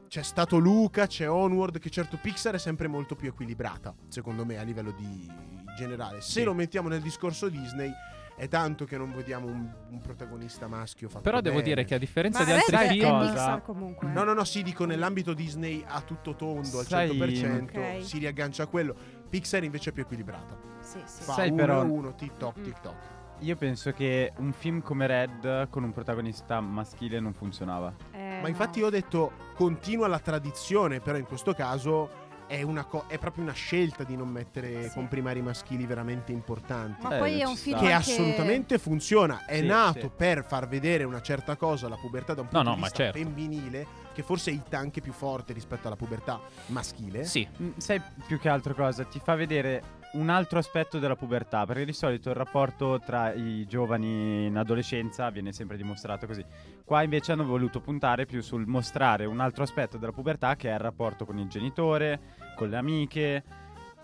Speaker 3: c'è stato Luca, c'è Onward, che certo Pixar è sempre molto più equilibrata, secondo me, a livello di generale. Se
Speaker 1: Sì.
Speaker 3: lo mettiamo nel discorso Disney, è tanto che non vediamo un, un protagonista maschio fatto
Speaker 1: Però devo
Speaker 3: bene.
Speaker 1: dire che a differenza
Speaker 2: Ma
Speaker 1: di
Speaker 2: adesso
Speaker 1: altri
Speaker 2: è
Speaker 4: sai
Speaker 1: film...
Speaker 4: cosa?
Speaker 2: Pixar comunque.
Speaker 3: No, no, no, sì, dico nell'ambito Disney a tutto tondo, al
Speaker 4: Sai-
Speaker 3: 100%,
Speaker 2: Ok.
Speaker 3: si riaggancia a quello. Pixar invece è più equilibrata.
Speaker 2: Sì, sì.
Speaker 3: Fa
Speaker 4: Sai,
Speaker 3: uno
Speaker 4: però-
Speaker 3: e uno, tic-toc,
Speaker 2: Mm.
Speaker 3: tic-toc.
Speaker 4: Io penso che un film come Red con un protagonista maschile non funzionava.
Speaker 2: Eh,
Speaker 3: Ma infatti
Speaker 2: no.
Speaker 3: io ho detto continua la tradizione, però in questo caso è, una co- è proprio una scelta di non mettere
Speaker 2: Sì.
Speaker 3: comprimari maschili veramente importanti.
Speaker 2: Ma
Speaker 4: Eh,
Speaker 2: poi è
Speaker 4: ci
Speaker 2: un
Speaker 4: sta.
Speaker 2: film
Speaker 3: che
Speaker 2: anche-
Speaker 3: assolutamente funziona. È
Speaker 4: Sì,
Speaker 3: nato
Speaker 4: sì.
Speaker 3: per far vedere una certa cosa, la pubertà da un
Speaker 1: No,
Speaker 3: punto
Speaker 1: no,
Speaker 3: di
Speaker 1: ma
Speaker 3: vista
Speaker 1: certo.
Speaker 3: femminile, che forse è anche più forte rispetto alla pubertà maschile.
Speaker 1: Sì,
Speaker 4: Mm, Sai più che altro cosa? Ti fa vedere un altro aspetto della pubertà, perché di solito il rapporto tra i giovani in adolescenza viene sempre dimostrato così. Qua invece hanno voluto puntare più sul mostrare un altro aspetto della pubertà che è il rapporto con il genitore, con le amiche,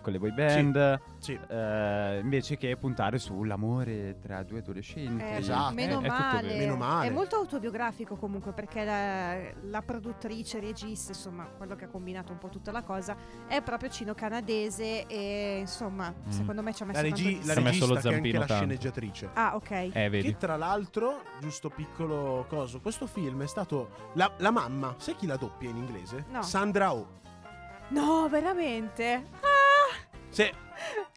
Speaker 4: con le boy band,
Speaker 3: Sì.
Speaker 4: eh, invece che puntare sull'amore tra due adolescenti.
Speaker 2: Eh,
Speaker 3: Esatto.
Speaker 2: Meno,
Speaker 1: Eh, è tutto
Speaker 2: male.
Speaker 1: vero.
Speaker 3: Meno male.
Speaker 2: È molto autobiografico comunque perché la, la produttrice, regista, insomma, quello che ha combinato un po' tutta la cosa, è proprio cino-canadese e insomma,
Speaker 1: Mm.
Speaker 2: secondo me ci ha messo
Speaker 3: La, regi-
Speaker 2: tanto
Speaker 3: la
Speaker 1: Ha messo
Speaker 2: di-
Speaker 3: regista
Speaker 1: lo
Speaker 3: che è anche
Speaker 1: zampino
Speaker 3: la
Speaker 1: tanto.
Speaker 3: sceneggiatrice.
Speaker 2: Ah, ok.
Speaker 1: eh, vedi.
Speaker 3: Che tra l'altro, giusto piccolo coso, questo film è stato la, la mamma, sai chi la doppia in inglese?
Speaker 2: No.
Speaker 3: Sandra Oh.
Speaker 2: No, veramente? Ah!
Speaker 3: Sì,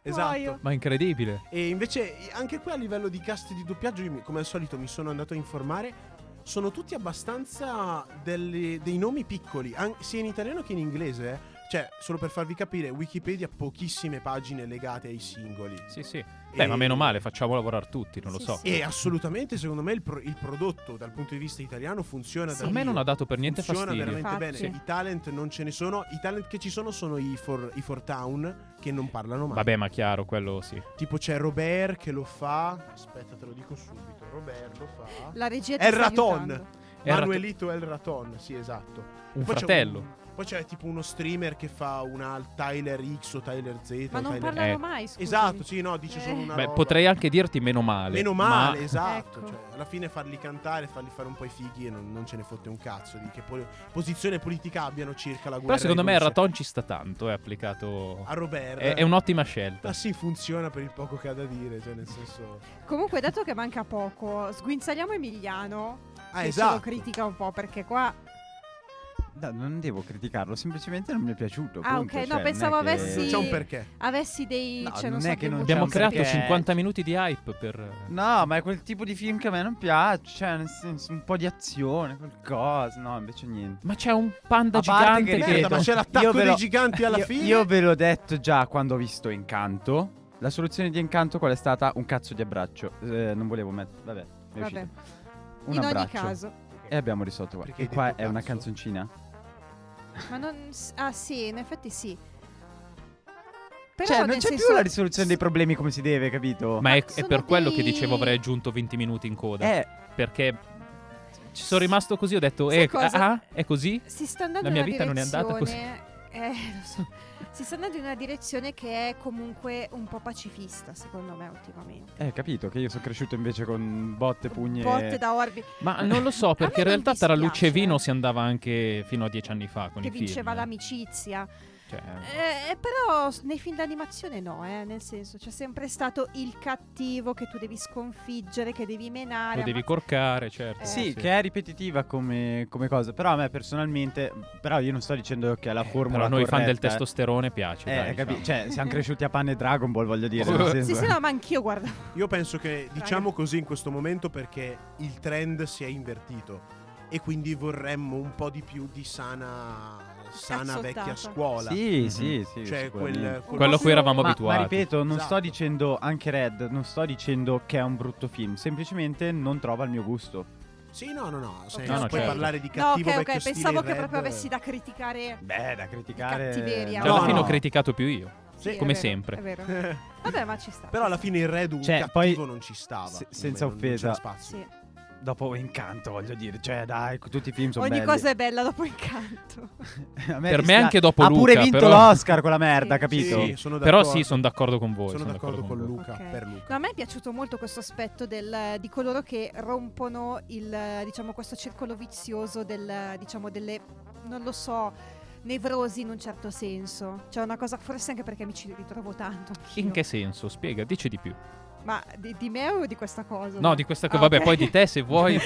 Speaker 3: esatto.
Speaker 2: Muoio.
Speaker 1: Ma incredibile.
Speaker 3: E invece anche qui a livello di cast di doppiaggio, io mi- come al solito mi sono andato a informare, sono tutti abbastanza delle- dei nomi piccoli, an- sia in italiano che in inglese. eh. Cioè, solo per farvi capire, Wikipedia ha pochissime pagine legate ai singoli.
Speaker 1: Sì, sì. Beh,
Speaker 3: E-
Speaker 1: ma meno male, facciamo lavorare tutti, non lo
Speaker 2: Sì,
Speaker 1: so.
Speaker 2: sì.
Speaker 3: E assolutamente, secondo me, il, pro- il prodotto dal punto di vista italiano funziona
Speaker 2: Sì.
Speaker 3: da
Speaker 1: A me
Speaker 3: Dio.
Speaker 1: non ha dato per niente
Speaker 3: funziona
Speaker 1: fastidio.
Speaker 3: veramente
Speaker 2: Infatti.
Speaker 3: bene. I talent non ce ne sono. I talent che ci sono sono i for, i for town che non parlano mai.
Speaker 1: Vabbè, ma chiaro, quello sì.
Speaker 3: Tipo c'è Robert che lo fa. Aspetta, te lo dico subito. Robert lo fa.
Speaker 2: La regia ti
Speaker 3: È
Speaker 2: sta
Speaker 3: Raton.
Speaker 2: aiutando.
Speaker 1: Era
Speaker 3: Manuelito El Raton, sì, esatto.
Speaker 1: un
Speaker 3: Poi c'è
Speaker 1: fratello.
Speaker 3: un- poi c'è tipo uno streamer che fa una Tyler X o Tyler Z. o
Speaker 2: Ma non
Speaker 3: Tyler-
Speaker 2: parlano
Speaker 1: Eh.
Speaker 2: mai, scusa.
Speaker 3: Esatto, sì, no, dice solo
Speaker 2: Eh.
Speaker 3: una
Speaker 1: Beh,
Speaker 3: roba.
Speaker 1: potrei anche dirti meno male.
Speaker 3: Meno male,
Speaker 1: ma-
Speaker 3: esatto.
Speaker 2: Ecco.
Speaker 3: Cioè, alla fine farli cantare, farli fare un po' i fighi e non, non ce ne fotte un cazzo di che po- posizione politica abbiano circa la guerra.
Speaker 1: Però secondo me il
Speaker 3: russa.
Speaker 1: raton ci sta tanto, è applicato...
Speaker 3: a Robert
Speaker 1: È, è un'ottima scelta.
Speaker 3: Ma sì, funziona per il poco che ha da dire, cioè nel senso
Speaker 2: Comunque, dato che manca poco, sguinzagliamo Emiliano.
Speaker 3: Ah,
Speaker 2: che ce
Speaker 3: esatto.
Speaker 2: lo critica un po' perché qua.
Speaker 4: No, non devo criticarlo, semplicemente non mi è piaciuto.
Speaker 2: Ah, ok,
Speaker 4: punto.
Speaker 2: no,
Speaker 4: Cioè, non è
Speaker 2: pensavo
Speaker 4: che-
Speaker 2: avessi-
Speaker 3: Non
Speaker 2: Sì.
Speaker 3: c'è un perché.
Speaker 2: Avessi dei.
Speaker 4: No,
Speaker 2: cioè, non,
Speaker 4: non è
Speaker 2: so
Speaker 4: che
Speaker 2: dei
Speaker 4: non
Speaker 2: motivi.
Speaker 1: Abbiamo
Speaker 4: c'è un
Speaker 1: creato
Speaker 4: perché.
Speaker 1: 50 minuti di hype per...
Speaker 4: No, ma è quel tipo di film che a me non piace, cioè, nel senso, un po' di azione, qualcosa, no, invece niente.
Speaker 1: Ma c'è un panda
Speaker 4: A parte
Speaker 1: gigante
Speaker 4: che
Speaker 1: che...
Speaker 4: ripeto-
Speaker 3: Merda, ma c'è l'attacco
Speaker 4: Io ve
Speaker 3: dei
Speaker 4: lo-
Speaker 3: giganti alla
Speaker 4: io,
Speaker 3: fine.
Speaker 4: Io ve l'ho detto già quando ho visto Encanto. La soluzione di Encanto qual è stata? Un cazzo di abbraccio. Eh, non volevo mettere, vabbè, mi è
Speaker 2: Vabbè.
Speaker 4: uscito. Un
Speaker 2: In ogni
Speaker 4: abbraccio.
Speaker 2: caso.
Speaker 4: E Eh, abbiamo risolto qua.
Speaker 3: Perché
Speaker 4: E
Speaker 3: hai
Speaker 4: qua è
Speaker 3: detto
Speaker 4: una
Speaker 3: cazzo?
Speaker 4: canzoncina.
Speaker 2: Ma non. Ah, sì, in effetti sì. Però
Speaker 4: cioè, non
Speaker 2: nel
Speaker 4: c'è
Speaker 2: senso-
Speaker 4: più la risoluzione dei problemi come si deve, capito?
Speaker 1: Ma è, è
Speaker 2: sono
Speaker 1: per quello che
Speaker 2: dei-
Speaker 1: dicevo avrei aggiunto 20 minuti in coda.
Speaker 4: Eh,
Speaker 1: Perché ci sono rimasto così, ho detto...
Speaker 2: Sai
Speaker 1: Eh,
Speaker 2: cosa?
Speaker 1: ah, è così?
Speaker 2: Si sta
Speaker 1: La
Speaker 2: andando in
Speaker 1: mia
Speaker 2: una
Speaker 1: vita non è
Speaker 2: direzione.
Speaker 1: andata così.
Speaker 2: Eh, lo so. Si sta andando in una direzione che è comunque un po' pacifista, secondo me, ultimamente.
Speaker 4: eh, capito che io sono cresciuto invece con botte, pugni e-
Speaker 2: Botte da Orbi.
Speaker 1: Ma non lo so, perché in
Speaker 2: non
Speaker 1: realtà tra
Speaker 2: dispiace,
Speaker 1: luce e vino
Speaker 2: eh.
Speaker 1: si andava anche fino a dieci anni fa con
Speaker 2: che
Speaker 1: i film.
Speaker 2: vinceva l'amicizia.
Speaker 1: Cioè,
Speaker 2: Eh, eh, però s- nei film d'animazione no, eh, nel senso c'è sempre stato il cattivo che tu devi sconfiggere, che devi menare.
Speaker 1: lo devi
Speaker 2: ammazz-
Speaker 1: corcare, certo.
Speaker 2: Eh,
Speaker 4: Sì, che è ripetitiva come, come cosa, però a me personalmente, però io non sto dicendo che è la
Speaker 1: Eh, Però
Speaker 4: formula
Speaker 1: a noi fan del
Speaker 4: corretta,
Speaker 1: testosterone piace.
Speaker 4: Eh,
Speaker 1: dai,
Speaker 4: Eh, capi-
Speaker 1: diciamo.
Speaker 4: cioè, siamo cresciuti a panne e Dragon Ball, voglio dire. nel senso-
Speaker 2: Sì,
Speaker 1: Esatto.
Speaker 2: sì, no, ma anch'io guarda.
Speaker 3: Io penso che diciamo così in questo momento perché il trend si è invertito e quindi vorremmo un po' di più di sana, sana
Speaker 2: Cazzottata.
Speaker 3: vecchia scuola.
Speaker 4: Sì,
Speaker 1: Mhm.
Speaker 4: sì, sì,
Speaker 3: cioè
Speaker 4: sicuramente.
Speaker 3: quel, quel-
Speaker 1: Quello a cui eravamo
Speaker 4: Ma, ma
Speaker 1: abituati.
Speaker 4: ripeto, non sto
Speaker 3: Esatto.
Speaker 4: dicendo anche Red, non sto dicendo che è un brutto film, semplicemente non trova il mio gusto.
Speaker 3: Sì, no, no, no, se
Speaker 2: Ok,
Speaker 3: non
Speaker 1: ok.
Speaker 4: certo.
Speaker 3: puoi parlare di
Speaker 2: No,
Speaker 3: cattivo
Speaker 2: ok,
Speaker 3: vecchio
Speaker 2: ok,
Speaker 3: stile
Speaker 2: pensavo
Speaker 3: in
Speaker 2: che
Speaker 3: Red,
Speaker 2: proprio avessi da criticare.
Speaker 4: Beh, da criticare.
Speaker 2: cattiveria.
Speaker 1: Cioè, alla
Speaker 3: No,
Speaker 1: fine ho
Speaker 3: no.
Speaker 1: criticato più io.
Speaker 2: Sì, è
Speaker 1: come
Speaker 2: vero,
Speaker 1: sempre.
Speaker 2: È vero. Vabbè, ma ci sta.
Speaker 3: Però alla fine il Red un
Speaker 4: Cioè,
Speaker 3: cattivo
Speaker 4: poi-
Speaker 3: non ci stava.
Speaker 4: se-
Speaker 3: secondo me,
Speaker 4: senza
Speaker 3: non- non
Speaker 4: offesa.
Speaker 3: c'era spazio.
Speaker 2: Sì.
Speaker 4: Dopo Incanto, voglio dire, cioè, dai, tutti i film sono
Speaker 2: Ogni
Speaker 4: belli.
Speaker 2: cosa è bella dopo incanto.
Speaker 4: A
Speaker 1: Per
Speaker 4: me
Speaker 1: me
Speaker 4: dispiace.
Speaker 1: anche dopo
Speaker 4: Ha pure
Speaker 1: Luca,
Speaker 4: vinto
Speaker 1: però-
Speaker 4: l'Oscar quella merda,
Speaker 2: Sì.
Speaker 4: capito?
Speaker 3: Sì, sono
Speaker 1: Però
Speaker 3: d'accordo.
Speaker 1: sì, sono d'accordo con voi.
Speaker 3: Sono d'accordo con
Speaker 1: voi.
Speaker 3: Luca,
Speaker 2: Ok.
Speaker 3: per Luca.
Speaker 2: No, a me è piaciuto molto questo aspetto del- di coloro che rompono il, eh, diciamo, questo circolo vizioso del, eh, diciamo, delle non lo so, nevrosi in un certo senso. Cioè una cosa, forse anche perché mi ci ritrovo tanto. anch'io.
Speaker 1: In che senso? Spiega, dici di più.
Speaker 2: Ma di, di me o di questa cosa?
Speaker 1: No, di questa
Speaker 2: Ah,
Speaker 1: cosa. Vabbè,
Speaker 2: ok.
Speaker 1: poi di te se vuoi.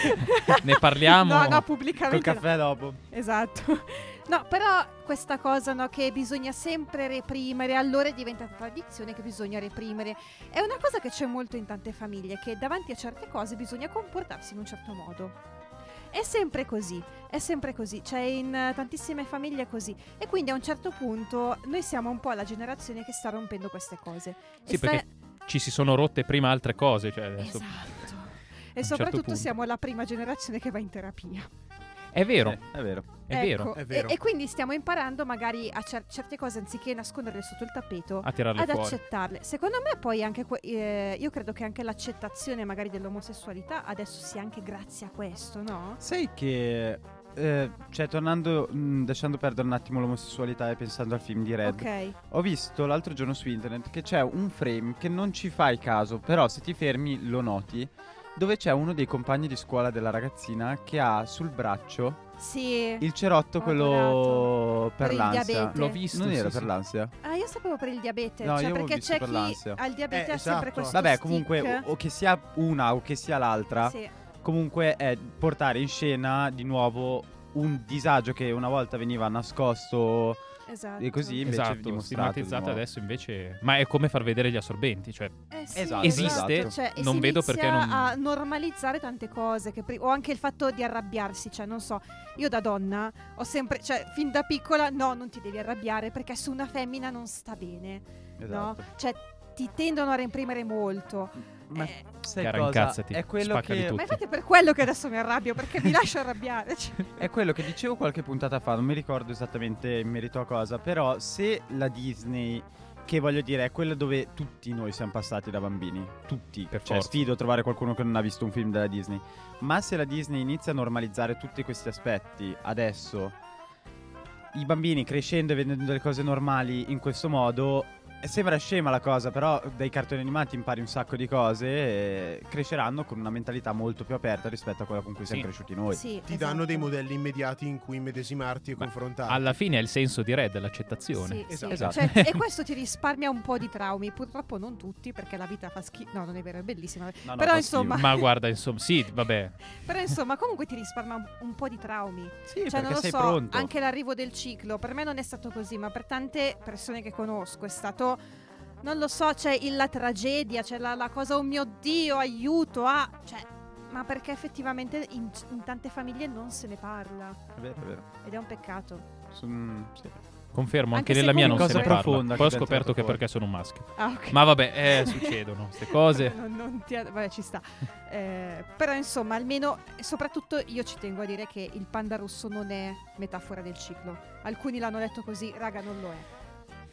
Speaker 1: ne parliamo.
Speaker 2: No, no,
Speaker 4: Col
Speaker 2: pubblicamente. no.
Speaker 4: caffè dopo.
Speaker 2: Esatto. No, però questa cosa no, che bisogna sempre reprimere, allora è diventata tradizione che bisogna reprimere. È una cosa che c'è molto in tante famiglie, che davanti a certe cose bisogna comportarsi in un certo modo. È sempre così, è sempre così, c'è in eh, tantissime famiglie è così. E quindi a un certo punto noi siamo un po' la generazione che sta rompendo queste cose. E
Speaker 1: Sì,
Speaker 2: sta-
Speaker 1: perché ci si sono rotte prima altre cose. Cioè adesso...
Speaker 2: Esatto.
Speaker 1: un
Speaker 2: E
Speaker 1: certo
Speaker 2: soprattutto
Speaker 1: punto.
Speaker 2: siamo la prima generazione che va in terapia.
Speaker 1: È vero,
Speaker 4: Eh, è vero.
Speaker 1: è
Speaker 2: Ecco,
Speaker 1: vero.
Speaker 3: È vero.
Speaker 2: E, e quindi stiamo imparando magari a cer- certe cose anziché nasconderle sotto il tappeto
Speaker 1: A tirarle
Speaker 2: ad
Speaker 1: fuori.
Speaker 2: accettarle. Secondo me poi anche que- eh, io credo che anche l'accettazione magari dell'omosessualità adesso sia anche grazie a questo, no?
Speaker 4: Sai che. eh, cioè, tornando. mh, lasciando perdere un attimo l'omosessualità e pensando al film di Red.
Speaker 2: Ok.
Speaker 4: Ho visto l'altro giorno su internet che c'è un frame che non ci fai caso, però se ti fermi lo noti. Dove c'è uno dei compagni di scuola della ragazzina che ha sul braccio
Speaker 2: Sì.
Speaker 4: il cerotto,
Speaker 2: Ho
Speaker 4: quello per,
Speaker 2: Per il
Speaker 4: l'ansia.
Speaker 2: diabete.
Speaker 1: L'ho visto.
Speaker 4: Non
Speaker 1: sì,
Speaker 4: era
Speaker 1: sì.
Speaker 4: per l'ansia.
Speaker 2: Ah, io sapevo per il diabete,
Speaker 4: No,
Speaker 2: cioè
Speaker 4: io avevo
Speaker 2: perché
Speaker 4: visto
Speaker 2: c'è
Speaker 4: per
Speaker 2: chi
Speaker 4: l'ansia.
Speaker 2: ha il diabete
Speaker 3: Eh,
Speaker 2: ha sempre
Speaker 3: esatto.
Speaker 2: questo
Speaker 4: Vabbè,
Speaker 2: stick.
Speaker 4: comunque, o, o che sia una o che sia l'altra,
Speaker 2: Sì.
Speaker 4: comunque è portare in scena di nuovo un disagio che una volta veniva nascosto
Speaker 2: Esatto.
Speaker 4: e così invece è
Speaker 1: Esatto,
Speaker 4: dimostrato. di
Speaker 1: stigmatizzata
Speaker 4: nuovo.
Speaker 1: adesso invece. Ma è come far vedere gli assorbenti. Cioè,
Speaker 2: Eh sì,
Speaker 4: Esatto,
Speaker 1: Esiste,
Speaker 2: esatto, cioè, e
Speaker 1: non
Speaker 2: si
Speaker 1: vedo
Speaker 2: inizia
Speaker 1: perché non-
Speaker 2: a normalizzare tante cose che pri- o anche il fatto di arrabbiarsi, cioè non so, io da donna ho sempre, cioè fin da piccola no, non ti devi arrabbiare perché su una femmina non sta bene,
Speaker 4: Esatto.
Speaker 2: no? Cioè ti tendono a rimprimere molto.
Speaker 4: Ma
Speaker 2: Eh,
Speaker 4: sai
Speaker 1: Cara,
Speaker 4: cosa?
Speaker 1: incazzati,
Speaker 4: È quello
Speaker 1: spaccali
Speaker 4: che
Speaker 1: tutto.
Speaker 2: ma infatti è per quello che adesso mi arrabbio perché mi lascio arrabbiare. cioè.
Speaker 4: È quello che dicevo qualche puntata fa, non mi ricordo esattamente in merito a cosa, però se la Disney, che voglio dire è quella dove tutti noi siamo passati da bambini, tutti,
Speaker 1: Per
Speaker 4: cioè
Speaker 1: forza.
Speaker 4: sfido a trovare qualcuno che non ha visto un film della Disney, ma se la Disney inizia a normalizzare tutti questi aspetti adesso, i bambini crescendo e vedendo le cose normali in questo modo... eh, Sembra scema la cosa, però dai cartoni animati impari un sacco di cose e cresceranno con una mentalità molto più aperta rispetto a quella con cui siamo
Speaker 1: Sì.
Speaker 4: cresciuti noi.
Speaker 2: Sì,
Speaker 3: Ti
Speaker 2: esatto.
Speaker 3: danno dei modelli immediati in cui medesimarti e
Speaker 1: Beh,
Speaker 3: confrontarti.
Speaker 1: alla fine è il senso di Red, l'accettazione.
Speaker 2: Sì, sì.
Speaker 3: Esatto.
Speaker 1: Esatto.
Speaker 2: Cioè, e questo ti risparmia un po' di traumi, purtroppo non tutti perché la vita fa schifo. No, non è vero, è bellissima.
Speaker 4: No, no,
Speaker 2: Però,
Speaker 4: fa
Speaker 2: insomma-
Speaker 4: schifo.
Speaker 1: Ma guarda, insomma, sì, vabbè.
Speaker 2: Però insomma, comunque ti risparmia un- un po' di traumi.
Speaker 4: Sì,
Speaker 2: Cioè,
Speaker 4: perché
Speaker 2: non lo
Speaker 4: sei
Speaker 2: so,
Speaker 4: pronto.
Speaker 2: anche l'arrivo del ciclo, per me non è stato così, ma per tante persone che conosco è stato, non lo so, c'è il- la tragedia, c'è la, la cosa, oh mio Dio, aiuto, ah, cioè, ma perché effettivamente in, in tante famiglie non se ne parla
Speaker 4: È vero, è vero.
Speaker 2: ed è un peccato.
Speaker 4: Son- sì.
Speaker 1: Confermo,
Speaker 2: Anche
Speaker 1: anche,
Speaker 2: se
Speaker 1: nella mia non se
Speaker 2: comunque-
Speaker 1: ne
Speaker 2: Cosa
Speaker 1: parla.
Speaker 4: profonda
Speaker 1: Poi ho
Speaker 4: che abbiamo
Speaker 1: scoperto che
Speaker 4: tirato
Speaker 1: perché sono un maschio.
Speaker 2: Ah, ok.
Speaker 1: Ma vabbè, eh, succedono queste cose.
Speaker 2: Non, non ti- vabbè, ci sta. Eh, però insomma, almeno, soprattutto io ci tengo a dire che il panda rosso non è metafora del ciclo. Alcuni l'hanno letto così, raga, non lo è.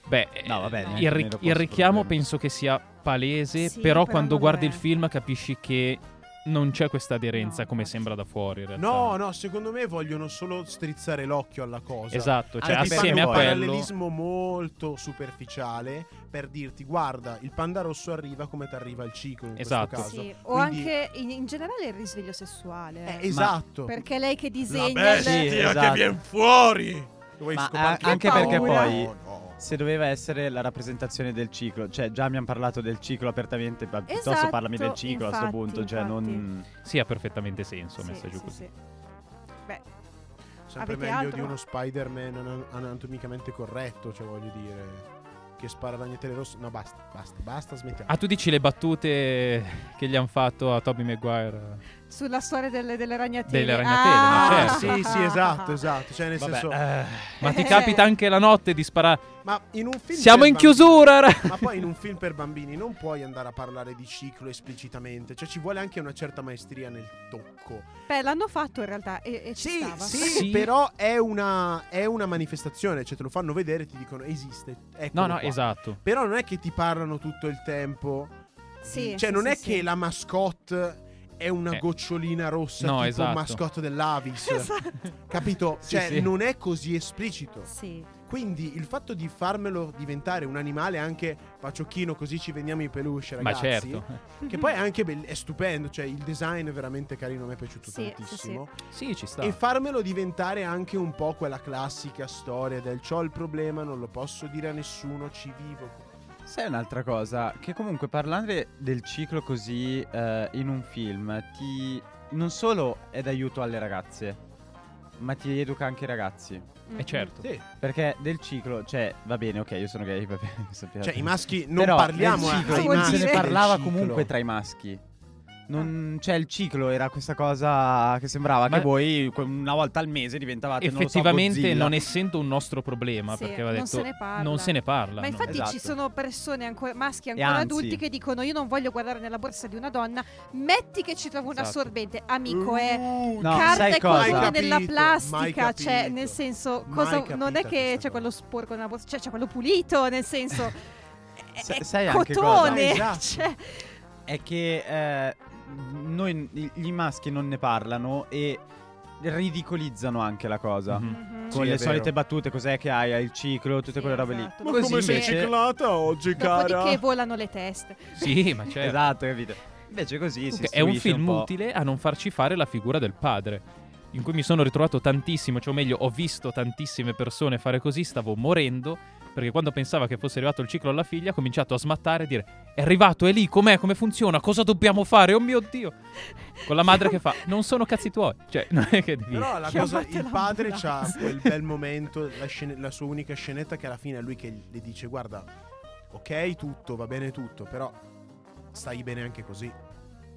Speaker 1: Beh, eh,
Speaker 4: No, vabbè,
Speaker 1: il,
Speaker 4: neanche
Speaker 1: ri-
Speaker 4: me lo
Speaker 1: il
Speaker 4: posso
Speaker 1: richiamo
Speaker 4: problema.
Speaker 1: penso che sia palese,
Speaker 2: Sì,
Speaker 1: però
Speaker 2: però
Speaker 1: quando
Speaker 2: non
Speaker 1: guardi
Speaker 2: è.
Speaker 1: il film capisci che non c'è questa aderenza
Speaker 2: No,
Speaker 1: come
Speaker 2: infatti.
Speaker 1: sembra da fuori in realtà.
Speaker 3: No, no, secondo me vogliono solo strizzare l'occhio alla cosa.
Speaker 1: Esatto,
Speaker 4: Ah,
Speaker 1: cioè
Speaker 3: Anche
Speaker 1: assieme a
Speaker 3: fanno un
Speaker 1: quello
Speaker 3: parallelismo molto superficiale per dirti guarda, il panda rosso arriva come ti arriva il ciclo in
Speaker 1: Esatto.
Speaker 3: questo caso.
Speaker 2: Sì, o
Speaker 3: Quindi-
Speaker 2: anche in, in generale il risveglio sessuale.
Speaker 3: Eh, esatto.
Speaker 2: Perché lei che
Speaker 3: La
Speaker 2: disegna. il-
Speaker 3: bestia
Speaker 4: Sì, esatto.
Speaker 3: che viene fuori.
Speaker 4: Ma a-
Speaker 2: anche perché
Speaker 4: poi-
Speaker 3: No, no.
Speaker 4: Se doveva essere la rappresentazione del ciclo, cioè già mi hanno parlato del ciclo apertamente, ma piuttosto
Speaker 2: Esatto,
Speaker 4: parlami del ciclo a
Speaker 2: infatti,
Speaker 4: sto punto, cioè non...
Speaker 1: sì, ha perfettamente senso
Speaker 2: Sì,
Speaker 1: messa giù
Speaker 2: sì,
Speaker 1: così.
Speaker 2: sì. Beh,
Speaker 3: Sempre
Speaker 2: Avete
Speaker 3: meglio
Speaker 2: altro?
Speaker 3: di uno Spider-Man ana- anatomicamente corretto, cioè voglio dire. Che spara ragnatele rosse. No, basta, basta, basta, smettiamo.
Speaker 1: Ah, tu dici le battute che gli hanno fatto a Toby Maguire?
Speaker 2: sulla storia delle, delle ragnatele.
Speaker 1: Delle ragnatele, ma
Speaker 2: Ah!
Speaker 1: certo.
Speaker 3: Eh, sì, sì, esatto, esatto. Cioè, nel senso.
Speaker 1: Ma ti
Speaker 2: Eh.
Speaker 1: capita anche la notte di sparare?
Speaker 3: Ma in un film.
Speaker 1: Siamo
Speaker 3: per
Speaker 1: in
Speaker 3: bambini-
Speaker 1: chiusura! ra-
Speaker 3: Ma poi in un film per bambini non puoi andare a parlare di ciclo esplicitamente. Cioè, ci vuole anche una certa maestria nel tocco.
Speaker 2: Beh, l'hanno fatto in realtà. E, e Eh, ci stava.
Speaker 1: Sì.
Speaker 3: però è una, è una manifestazione. Cioè, te lo fanno vedere e ti dicono esiste.
Speaker 1: No,
Speaker 3: eccolo
Speaker 1: no,
Speaker 3: qua".
Speaker 1: esatto.
Speaker 3: Però non è che ti parlano tutto il tempo.
Speaker 2: Sì,
Speaker 3: cioè,
Speaker 2: sì,
Speaker 3: non
Speaker 2: sì,
Speaker 3: è
Speaker 2: sì.
Speaker 3: che la mascotte è una
Speaker 1: Eh.
Speaker 3: gocciolina rossa
Speaker 1: No,
Speaker 3: tipo
Speaker 1: esatto.
Speaker 3: mascotte dell'Avis.
Speaker 2: Esatto.
Speaker 3: Capito?
Speaker 1: Sì,
Speaker 3: Cioè,
Speaker 1: sì.
Speaker 3: non è così esplicito.
Speaker 5: Sì.
Speaker 1: Eh,
Speaker 3: Quindi il fatto di farmelo diventare un animale anche paciocchino, così ci vendiamo i peluche,
Speaker 1: Ma
Speaker 3: ragazzi.
Speaker 1: certo.
Speaker 3: Che poi è anche bell- è stupendo. Cioè, il design è veramente carino, mi è piaciuto
Speaker 5: Sì,
Speaker 3: tantissimo.
Speaker 1: Sì, ci sta.
Speaker 3: E farmelo diventare anche un po' quella classica storia del c'ho il problema, non lo posso dire a nessuno, ci vivo.
Speaker 4: Sai un'altra cosa? Che comunque parlare del ciclo così eh, in un film ti... non solo è d'aiuto alle ragazze, ma ti educa anche i ragazzi.
Speaker 1: Eh, certo.
Speaker 3: Sì.
Speaker 4: Perché del ciclo, cioè, va bene, ok, io sono gay, va bene, sappiamo.
Speaker 3: Cioè, i maschi non
Speaker 4: Certo. Però
Speaker 3: parliamo
Speaker 4: del
Speaker 3: a-
Speaker 4: ciclo,
Speaker 3: ai
Speaker 2: vuol
Speaker 3: maschi
Speaker 4: se
Speaker 2: dire-
Speaker 4: ne
Speaker 3: del
Speaker 4: parlava
Speaker 3: ciclo.
Speaker 4: comunque tra i maschi. Non, cioè, il ciclo era questa cosa che sembrava
Speaker 1: Ma-
Speaker 4: che voi que- una volta al mese diventavate non lo so,
Speaker 1: Effettivamente,
Speaker 4: Godzilla.
Speaker 1: non essendo un nostro problema,
Speaker 2: Sì,
Speaker 1: perché aveva
Speaker 2: non
Speaker 1: detto
Speaker 2: se ne parla.
Speaker 1: non se ne parla.
Speaker 2: Ma
Speaker 1: no.
Speaker 2: infatti
Speaker 4: Esatto.
Speaker 2: ci sono persone, ancora, maschi ancora
Speaker 4: anzi-
Speaker 2: adulti, che dicono: Io non voglio guardare nella borsa di una donna, metti che ci trovo un
Speaker 1: Esatto.
Speaker 2: assorbente. Amico, eh. è.
Speaker 3: Uh,
Speaker 4: No,
Speaker 2: carta
Speaker 4: sai
Speaker 2: e
Speaker 4: cosa?
Speaker 2: cotone
Speaker 3: Mai
Speaker 2: nella
Speaker 3: capito, mai
Speaker 2: plastica,
Speaker 3: capito.
Speaker 2: cioè nel senso,
Speaker 3: Mai
Speaker 2: cosa,
Speaker 3: capita
Speaker 2: non è che
Speaker 3: questa
Speaker 2: c'è
Speaker 3: cosa.
Speaker 2: quello sporco nella borsa, cioè c'è quello pulito, nel senso, è,
Speaker 4: Sa-
Speaker 2: è
Speaker 4: sai anche
Speaker 2: cotone,
Speaker 3: cosa? Esatto.
Speaker 2: cioè,
Speaker 4: è che eh, noi, i- i maschi non ne parlano e ridicolizzano anche la cosa.
Speaker 1: Mhm.
Speaker 2: mhm.
Speaker 4: Con
Speaker 3: Sì, è
Speaker 4: le
Speaker 3: vero.
Speaker 4: solite battute, cos'è che hai? Hai il ciclo, tutte
Speaker 2: Sì,
Speaker 4: quelle robe lì.
Speaker 2: esatto.
Speaker 3: Ma
Speaker 2: Così
Speaker 3: come sei
Speaker 2: invece-
Speaker 3: ciclata oggi,
Speaker 2: dopodiché
Speaker 3: cara?
Speaker 2: volano le teste.
Speaker 1: Sì, ma certo.
Speaker 4: Esatto, capito? Invece così si
Speaker 1: Comunque, è un
Speaker 4: istruisce
Speaker 1: film
Speaker 4: po'.
Speaker 1: utile a non farci fare la figura del padre. In cui mi sono ritrovato tantissimo, cioè o meglio, ho visto tantissime persone fare così, stavo morendo, perché quando pensava che fosse arrivato il ciclo alla figlia, ha cominciato a smattare e dire: È arrivato, è lì, com'è? Come funziona? Cosa dobbiamo fare? Oh mio dio! Con la madre che fa: Non sono cazzi tuoi. Cioè, non è che devi.
Speaker 3: Però la cosa,
Speaker 2: Chiamate
Speaker 3: il padre c'ha
Speaker 2: l'ambulanza.
Speaker 3: quel bel momento, la, scene- la sua unica scenetta che alla fine è lui che le dice guarda, ok tutto, va bene tutto, però stai bene anche così.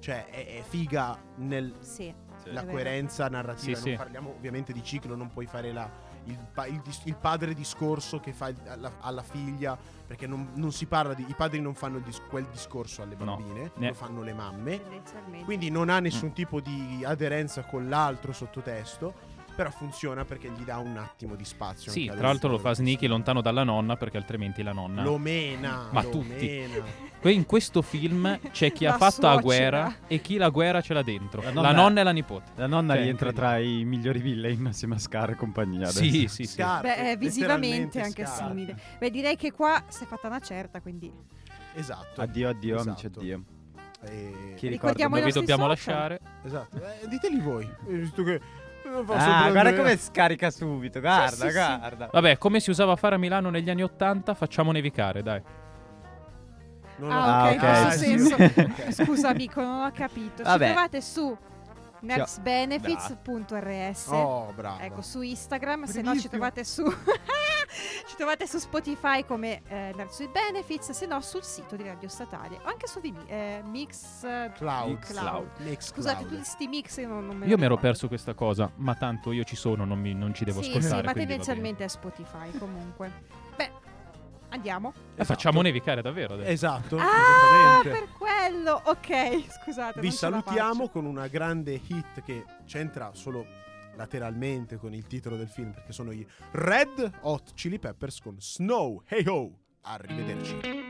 Speaker 3: Cioè è, è figa nella
Speaker 2: Sì.
Speaker 4: La-
Speaker 2: vero.
Speaker 3: coerenza narrativa,
Speaker 1: Sì,
Speaker 3: non
Speaker 1: sì.
Speaker 3: parliamo ovviamente di ciclo, non puoi fare la- il, pa- il dis- il padre discorso che fa il- alla, alla figlia, perché non, non si parla di... I padri non fanno il dis- quel discorso alle
Speaker 1: No.
Speaker 3: bambine,
Speaker 1: Ne-
Speaker 3: lo fanno le mamme.
Speaker 2: tendenzialmente.
Speaker 3: Quindi non ha
Speaker 1: Mm.
Speaker 3: nessun tipo di aderenza con l'altro sottotesto, però funziona perché gli dà un attimo di spazio.
Speaker 1: Sì,
Speaker 3: anche
Speaker 1: tra
Speaker 3: alla
Speaker 1: l'altro lo fa
Speaker 3: storia.
Speaker 1: sneaky lontano dalla nonna, perché altrimenti la nonna.
Speaker 3: Lo mena,
Speaker 1: Ma
Speaker 3: lo
Speaker 1: tutti.
Speaker 3: mena.
Speaker 1: Que- In questo film c'è chi ha
Speaker 2: La
Speaker 1: fatto la
Speaker 2: suocera.
Speaker 1: guerra e chi la guerra ce l'ha dentro.
Speaker 4: La
Speaker 1: La
Speaker 4: nonna-
Speaker 1: nonna, e la nipote.
Speaker 4: La nonna
Speaker 1: Cioè,
Speaker 4: rientra tra i migliori villain insieme a Scar e compagnia. adesso.
Speaker 1: Sì, sì, sì.
Speaker 3: Scarpe,
Speaker 2: Beh, eh, visivamente
Speaker 3: letteralmente
Speaker 2: anche
Speaker 3: scarpe.
Speaker 2: simile. Beh, direi che qua si è fatta una certa, quindi
Speaker 3: Esatto.
Speaker 4: Addio, addio,
Speaker 3: Esatto.
Speaker 4: amici, addio.
Speaker 3: Eh,
Speaker 4: Chi-
Speaker 2: ricordiamo
Speaker 1: Noi
Speaker 2: i
Speaker 1: vi
Speaker 2: nostri
Speaker 1: dobbiamo
Speaker 2: social.
Speaker 1: lasciare.
Speaker 3: Esatto. Eh, diteli voi. eh, Visto che non posso
Speaker 4: Ah, guarda
Speaker 3: prendere-
Speaker 4: come scarica subito, guarda,
Speaker 2: Sì, sì, sì.
Speaker 4: guarda.
Speaker 1: Vabbè, come si usava a fare a Milano negli anni Ottanta, facciamo nevicare, dai.
Speaker 3: Non
Speaker 2: Ah,
Speaker 3: ho-
Speaker 2: ok,
Speaker 4: Ah,
Speaker 2: questo
Speaker 3: sì,
Speaker 2: senso.
Speaker 3: ok.
Speaker 2: Scusa amico, non ho capito.
Speaker 4: Vabbè.
Speaker 2: Ci trovate su nextbenefits.rs.
Speaker 3: Oh, bravo.
Speaker 2: Ecco, su Instagram, se no ci
Speaker 3: Bravissimo.
Speaker 2: trovate su... ci trovate su Spotify come eh, Nerds with Benefits, se no sul sito di Radio Statale o anche su Vini- eh, Mix... eh,
Speaker 3: Cloud.
Speaker 2: Cloud. Scusate, tutti questi mix io non, non me
Speaker 1: Io mi ero
Speaker 2: ricordo.
Speaker 1: perso questa cosa, ma tanto io ci sono, non, mi- non ci devo
Speaker 2: sì,
Speaker 1: ascoltare.
Speaker 2: Sì, ma
Speaker 1: quindi va bene.
Speaker 2: tendenzialmente è Spotify comunque. Beh, andiamo.
Speaker 1: Eh, facciamo nevicare davvero adesso.
Speaker 3: Esatto,
Speaker 2: Ah,
Speaker 3: esattamente.
Speaker 2: per quello. Ok, scusate.
Speaker 3: Vi
Speaker 2: non ce la
Speaker 3: salutiamo con una grande hit che c'entra solo lateralmente con il titolo del film perché sono i Red Hot Chili Peppers con Snow Hey Ho. Arrivederci.